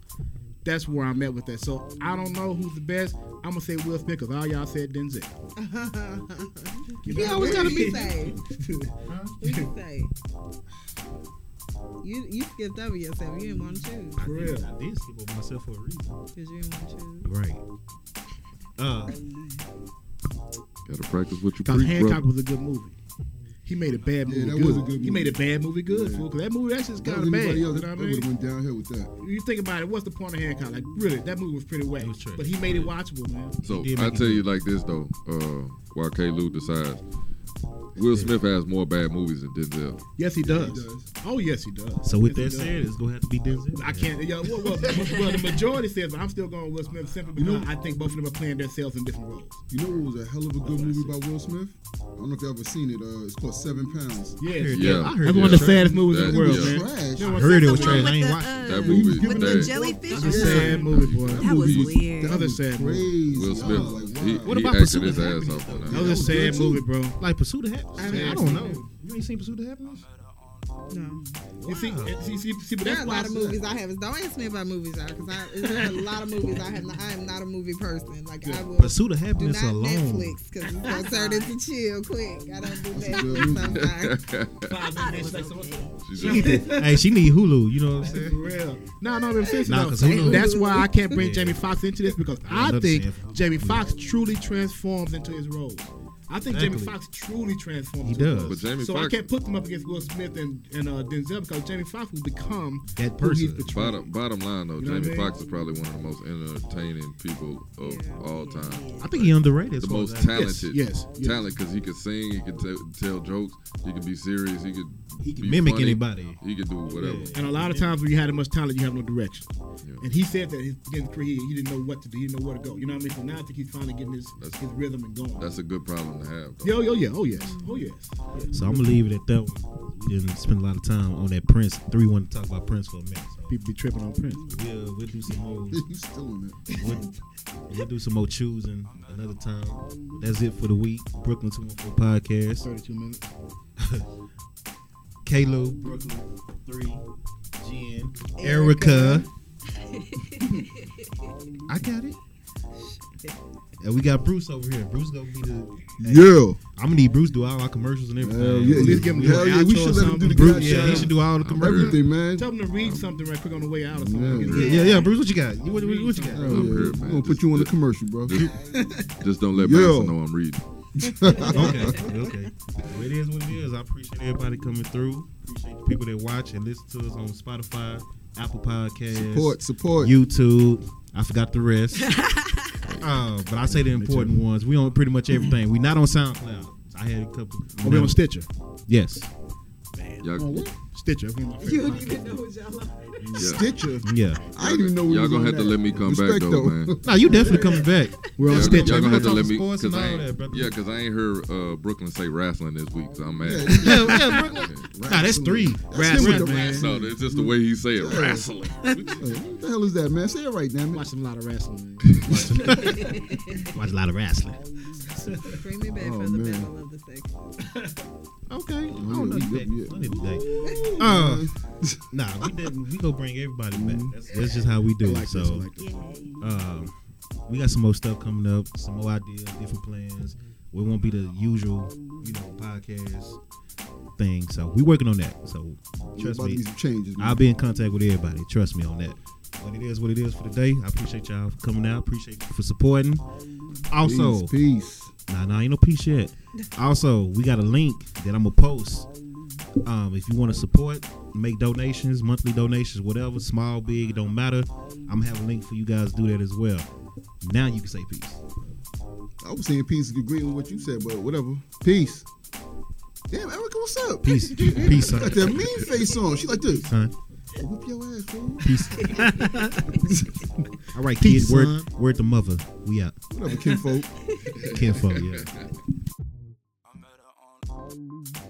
Speaker 3: That's where I'm at with that. So I don't know who's the best. I'm gonna say Will Smith because all y'all said Denzel. You know?
Speaker 4: Yeah, I was gonna be What
Speaker 3: For
Speaker 4: you say? You you skipped over yourself. You didn't want to choose
Speaker 3: real.
Speaker 1: I did skip over myself for a reason.
Speaker 4: because you didn't want to choose.
Speaker 1: Right. Uh,
Speaker 5: Gotta practice what you
Speaker 3: Because
Speaker 5: preach,
Speaker 3: Hancock
Speaker 5: bro.
Speaker 3: was a good movie. He made a bad movie.
Speaker 2: Yeah, that
Speaker 3: good.
Speaker 2: was a good
Speaker 3: He made a
Speaker 2: movie.
Speaker 3: bad movie good,
Speaker 2: Yeah.
Speaker 3: fool. Because that movie actually is
Speaker 2: That
Speaker 3: kind
Speaker 2: was
Speaker 3: of bad.
Speaker 2: anybody
Speaker 3: You know
Speaker 2: else.
Speaker 3: what I
Speaker 2: That
Speaker 3: mean?
Speaker 2: would have went downhill with that.
Speaker 3: you think about it, what's the point of Hancock? Like, really, that movie was pretty whack.
Speaker 1: It was trash.
Speaker 3: But he made it watchable, man.
Speaker 5: So
Speaker 1: He did
Speaker 5: I
Speaker 1: make it
Speaker 5: tell
Speaker 1: good.
Speaker 5: you like this though, uh, while K. Lou decides, Will Smith has more bad movies than Denzel.
Speaker 3: Yes, he does.
Speaker 2: He does.
Speaker 3: Oh, yes, he does.
Speaker 1: so with that
Speaker 3: Yes, he
Speaker 1: said,
Speaker 3: does.
Speaker 1: it's gonna have to be Denzel.
Speaker 3: I can't. Yeah, well, well, well, the majority says, but I'm still going with Will Smith simply because I think both of them are playing themselves in different roles.
Speaker 2: You know what was a hell of a good
Speaker 3: what I
Speaker 2: movie
Speaker 3: said.
Speaker 2: by Will Smith? I don't know if y'all ever seen it. Uh, it's called Seven Pounds.
Speaker 3: Yes.
Speaker 5: Yeah.
Speaker 1: I heard
Speaker 3: That's
Speaker 1: that.
Speaker 3: one of the saddest movies in
Speaker 5: That
Speaker 3: the world,
Speaker 2: is
Speaker 3: man.
Speaker 2: trash.
Speaker 3: You know what
Speaker 1: I heard
Speaker 3: I'm
Speaker 1: it was
Speaker 3: saying?
Speaker 1: trash. I ain't
Speaker 6: the,
Speaker 1: watched it.
Speaker 6: uh,
Speaker 5: That movie
Speaker 2: giving
Speaker 5: bad.
Speaker 6: with the jellyfish.
Speaker 3: That's
Speaker 6: or
Speaker 3: a sad
Speaker 6: something.
Speaker 3: movie, boy.
Speaker 6: That was
Speaker 5: movie was-
Speaker 6: weird.
Speaker 2: That
Speaker 3: Other
Speaker 2: was
Speaker 3: sad movie.
Speaker 2: crazy.
Speaker 5: Will
Speaker 2: I
Speaker 5: Smith,
Speaker 2: was like,
Speaker 5: he,
Speaker 2: wow.
Speaker 1: What
Speaker 5: he
Speaker 1: about
Speaker 5: acted
Speaker 1: Pursuit
Speaker 5: his
Speaker 1: of
Speaker 5: ass
Speaker 1: Happiness,
Speaker 5: off on
Speaker 1: though?
Speaker 3: That
Speaker 5: that.
Speaker 3: was a
Speaker 2: was
Speaker 3: sad
Speaker 2: good, too.
Speaker 3: movie, bro.
Speaker 1: Like Pursuit of Happiness.
Speaker 4: I
Speaker 1: I, mean, I
Speaker 4: haven't
Speaker 1: don't
Speaker 4: seen
Speaker 1: know.
Speaker 4: it.
Speaker 1: You ain't seen Pursuit of Happiness?
Speaker 4: No.
Speaker 3: You see,
Speaker 1: Wow.
Speaker 3: see, see, see, but
Speaker 4: There
Speaker 3: that's
Speaker 4: are a
Speaker 3: why
Speaker 4: lot of
Speaker 3: I-
Speaker 4: movies I haven't. Don't ask me about movies, I because I there are a lot of movies I have. Not, I am not a movie person. Like I will
Speaker 1: Pursuit of
Speaker 4: do
Speaker 1: Happiness
Speaker 4: not
Speaker 1: alone.
Speaker 4: Netflix because it's gonna turn into chill quick. I don't do
Speaker 2: a good
Speaker 4: Netflix. I'm sorry.
Speaker 6: I thought it was okay.
Speaker 5: She just-
Speaker 1: hey, she need Hulu. You know what I'm
Speaker 3: For
Speaker 1: saying?
Speaker 3: real. No, no, I'm serious.
Speaker 1: Nah,
Speaker 3: though.
Speaker 1: 'cause Hulu-
Speaker 3: That's why I can't bring
Speaker 1: Yeah.
Speaker 3: Jamie Foxx into this because
Speaker 1: I
Speaker 3: I,
Speaker 1: love
Speaker 3: think
Speaker 1: Sam Foxx.
Speaker 3: Jamie Foxx truly transforms into his role. I think Jamie
Speaker 1: Exactly.
Speaker 3: Foxx truly transforms.
Speaker 1: He
Speaker 3: into his
Speaker 1: does.
Speaker 3: role.
Speaker 5: But Jamie
Speaker 3: so I
Speaker 5: Foxx-
Speaker 3: can't put them up against Will Smith and, and uh, Denzel because Jamie Foxx will become
Speaker 1: That
Speaker 3: who he's
Speaker 1: person.
Speaker 3: portraying.
Speaker 5: bottom bottom line though,
Speaker 3: You know what
Speaker 5: Jamie
Speaker 3: I mean?
Speaker 5: Foxx is probably one of the most entertaining people of
Speaker 6: Yeah,
Speaker 5: all
Speaker 6: yeah,
Speaker 5: time.
Speaker 6: yeah.
Speaker 1: I think he underrated. as
Speaker 5: the
Speaker 1: far
Speaker 5: most
Speaker 1: as I-
Speaker 3: Yes,
Speaker 5: talented.
Speaker 3: yes, yes.
Speaker 5: Talent because he could sing, he could t- tell jokes, he could be serious, he could
Speaker 1: He can
Speaker 5: be
Speaker 1: mimic
Speaker 5: funny,
Speaker 1: anybody.
Speaker 5: He could do whatever.
Speaker 3: And a lot of times when you had that much talent, you have no direction.
Speaker 5: Yeah.
Speaker 3: And he said that his beginning of career, he didn't know what to do. He didn't know where to go. You know what I mean? So now I think he's finally getting his,
Speaker 5: That's-
Speaker 3: his rhythm and going.
Speaker 5: That's a good problem to have. Though.
Speaker 3: Yo, yo, yeah. Oh, yes. Oh, yes. yes.
Speaker 1: So I'm gonna leave it at that one. We didn't spend a lot of time on that Prince. Three one to talk about Prince for a minute. So
Speaker 3: People be tripping on Prince.
Speaker 1: yeah, we'll do some more.
Speaker 2: You still on that?
Speaker 1: We'll, we'll do some more choosing another time. That's it for the week. Brooklyn 214 podcast.
Speaker 3: 32 minutes.
Speaker 1: Kalo, Brooklyn 3, Jen, Erica.
Speaker 4: Erica.
Speaker 1: I got it. And we got Bruce over here. Bruce gonna be the.
Speaker 2: Yeah.
Speaker 1: I'm gonna need Bruce to do all our commercials and everything.
Speaker 2: Hell Uh, yeah.
Speaker 3: At least give him
Speaker 2: Hell
Speaker 3: the
Speaker 2: yeah, we
Speaker 3: outro
Speaker 2: should
Speaker 3: or
Speaker 2: let him do the
Speaker 3: something.
Speaker 1: Bruce,
Speaker 2: goddamn
Speaker 1: yeah, he should do all the
Speaker 5: I'm
Speaker 1: commercials.
Speaker 2: everything, man.
Speaker 3: Tell him to read something right quick on the way out or something.
Speaker 2: Yeah.
Speaker 1: Yeah, yeah, Bruce, what you got? You- What, what, what you
Speaker 2: Hell
Speaker 1: got?
Speaker 2: yeah.
Speaker 5: I'm
Speaker 2: We're
Speaker 5: good, man.
Speaker 2: gonna put
Speaker 5: Just-
Speaker 2: you on a
Speaker 5: just-
Speaker 2: commercial, bro.
Speaker 5: Just don't let
Speaker 2: Yo.
Speaker 5: Madison know I'm reading.
Speaker 1: okay, okay. Well, it is what it is. I appreciate everybody coming through. Appreciate the people that watch and listen to us on Spotify, Apple Podcasts,
Speaker 2: Support, support.
Speaker 1: YouTube. I forgot the rest. uh, but I say the important ones. We on pretty much everything. We not on SoundCloud. I had a couple.
Speaker 3: Oh, we on Stitcher.
Speaker 1: Yes.
Speaker 5: Y'all,
Speaker 3: Stitcher. that's one of my favorite
Speaker 6: You don't
Speaker 3: podcasts.
Speaker 6: even know what y'all are.
Speaker 5: yeah.
Speaker 2: Stitcher.
Speaker 1: Yeah.
Speaker 2: I didn't even know. we
Speaker 5: Y'all
Speaker 2: was
Speaker 5: gonna
Speaker 2: on
Speaker 5: have to
Speaker 2: that.
Speaker 5: let me come back
Speaker 2: Respect,
Speaker 5: though,
Speaker 2: though.
Speaker 5: man.
Speaker 1: Nah, you definitely coming back.
Speaker 3: We're on
Speaker 5: Y'all,
Speaker 3: Stitcher.
Speaker 5: y'all gonna have to
Speaker 1: Talking
Speaker 5: let me
Speaker 1: sports
Speaker 5: because
Speaker 1: and
Speaker 5: I
Speaker 1: all that,
Speaker 5: ain't,
Speaker 1: brother.
Speaker 5: yeah, 'cause I ain't heard uh, Brooklyn say wrestling this week, so I'm mad.
Speaker 2: Yeah,
Speaker 1: Yeah, yeah, Brooklyn. Nah, that's three.
Speaker 2: That's him with the
Speaker 1: Wrestling, man.
Speaker 2: wrestling.
Speaker 5: No, it's just the way he say it. Wrestling.
Speaker 2: Hey, What the hell is that, man? Say it right, damn it.
Speaker 3: Watching a lot of wrestling.
Speaker 1: Watch a lot of wrestling.
Speaker 4: Bring me back
Speaker 2: Oh,
Speaker 4: for the
Speaker 2: man.
Speaker 4: battle of the sexes.
Speaker 1: Okay. I
Speaker 2: don't know you back.
Speaker 1: Funny today. Uh, nah, we didn't. We gonna bring everybody back. That's, that's just how we do.
Speaker 3: I
Speaker 1: it.
Speaker 3: like
Speaker 1: so,
Speaker 3: this. I like this.
Speaker 6: Yay.
Speaker 1: um, we got some more stuff coming up. Some more ideas, different plans. We won't be the usual, you know, podcast thing. So we working on that. So
Speaker 2: There's
Speaker 1: trust
Speaker 2: about to
Speaker 1: me,
Speaker 2: be some changes, man.
Speaker 1: I'll be in contact with everybody. Trust me on that. But it is what it is for today. I appreciate y'all for coming out. Appreciate you for supporting. Also,
Speaker 2: peace. peace.
Speaker 1: Nah, nah, ain't no peace yet. Also, we got a link that I'm gonna post. Um, if you want to support, make donations, monthly donations, whatever, small, big, it don't matter. I'm gonna have a link for you guys to do that as well. Now you can say peace.
Speaker 2: I was saying peace, agreeing with what you said, but whatever. Peace. Damn, Erica, what's up?
Speaker 1: Peace, peace, son.
Speaker 2: Got that mean face on. She like this.
Speaker 1: son.
Speaker 2: Whoop your ass, fool.
Speaker 1: Peace. All right,
Speaker 3: Peace,
Speaker 1: kids. Word,
Speaker 3: son.
Speaker 1: word to mother. We out.
Speaker 2: Whatever, kinfolk.
Speaker 1: Can't fuck yeah.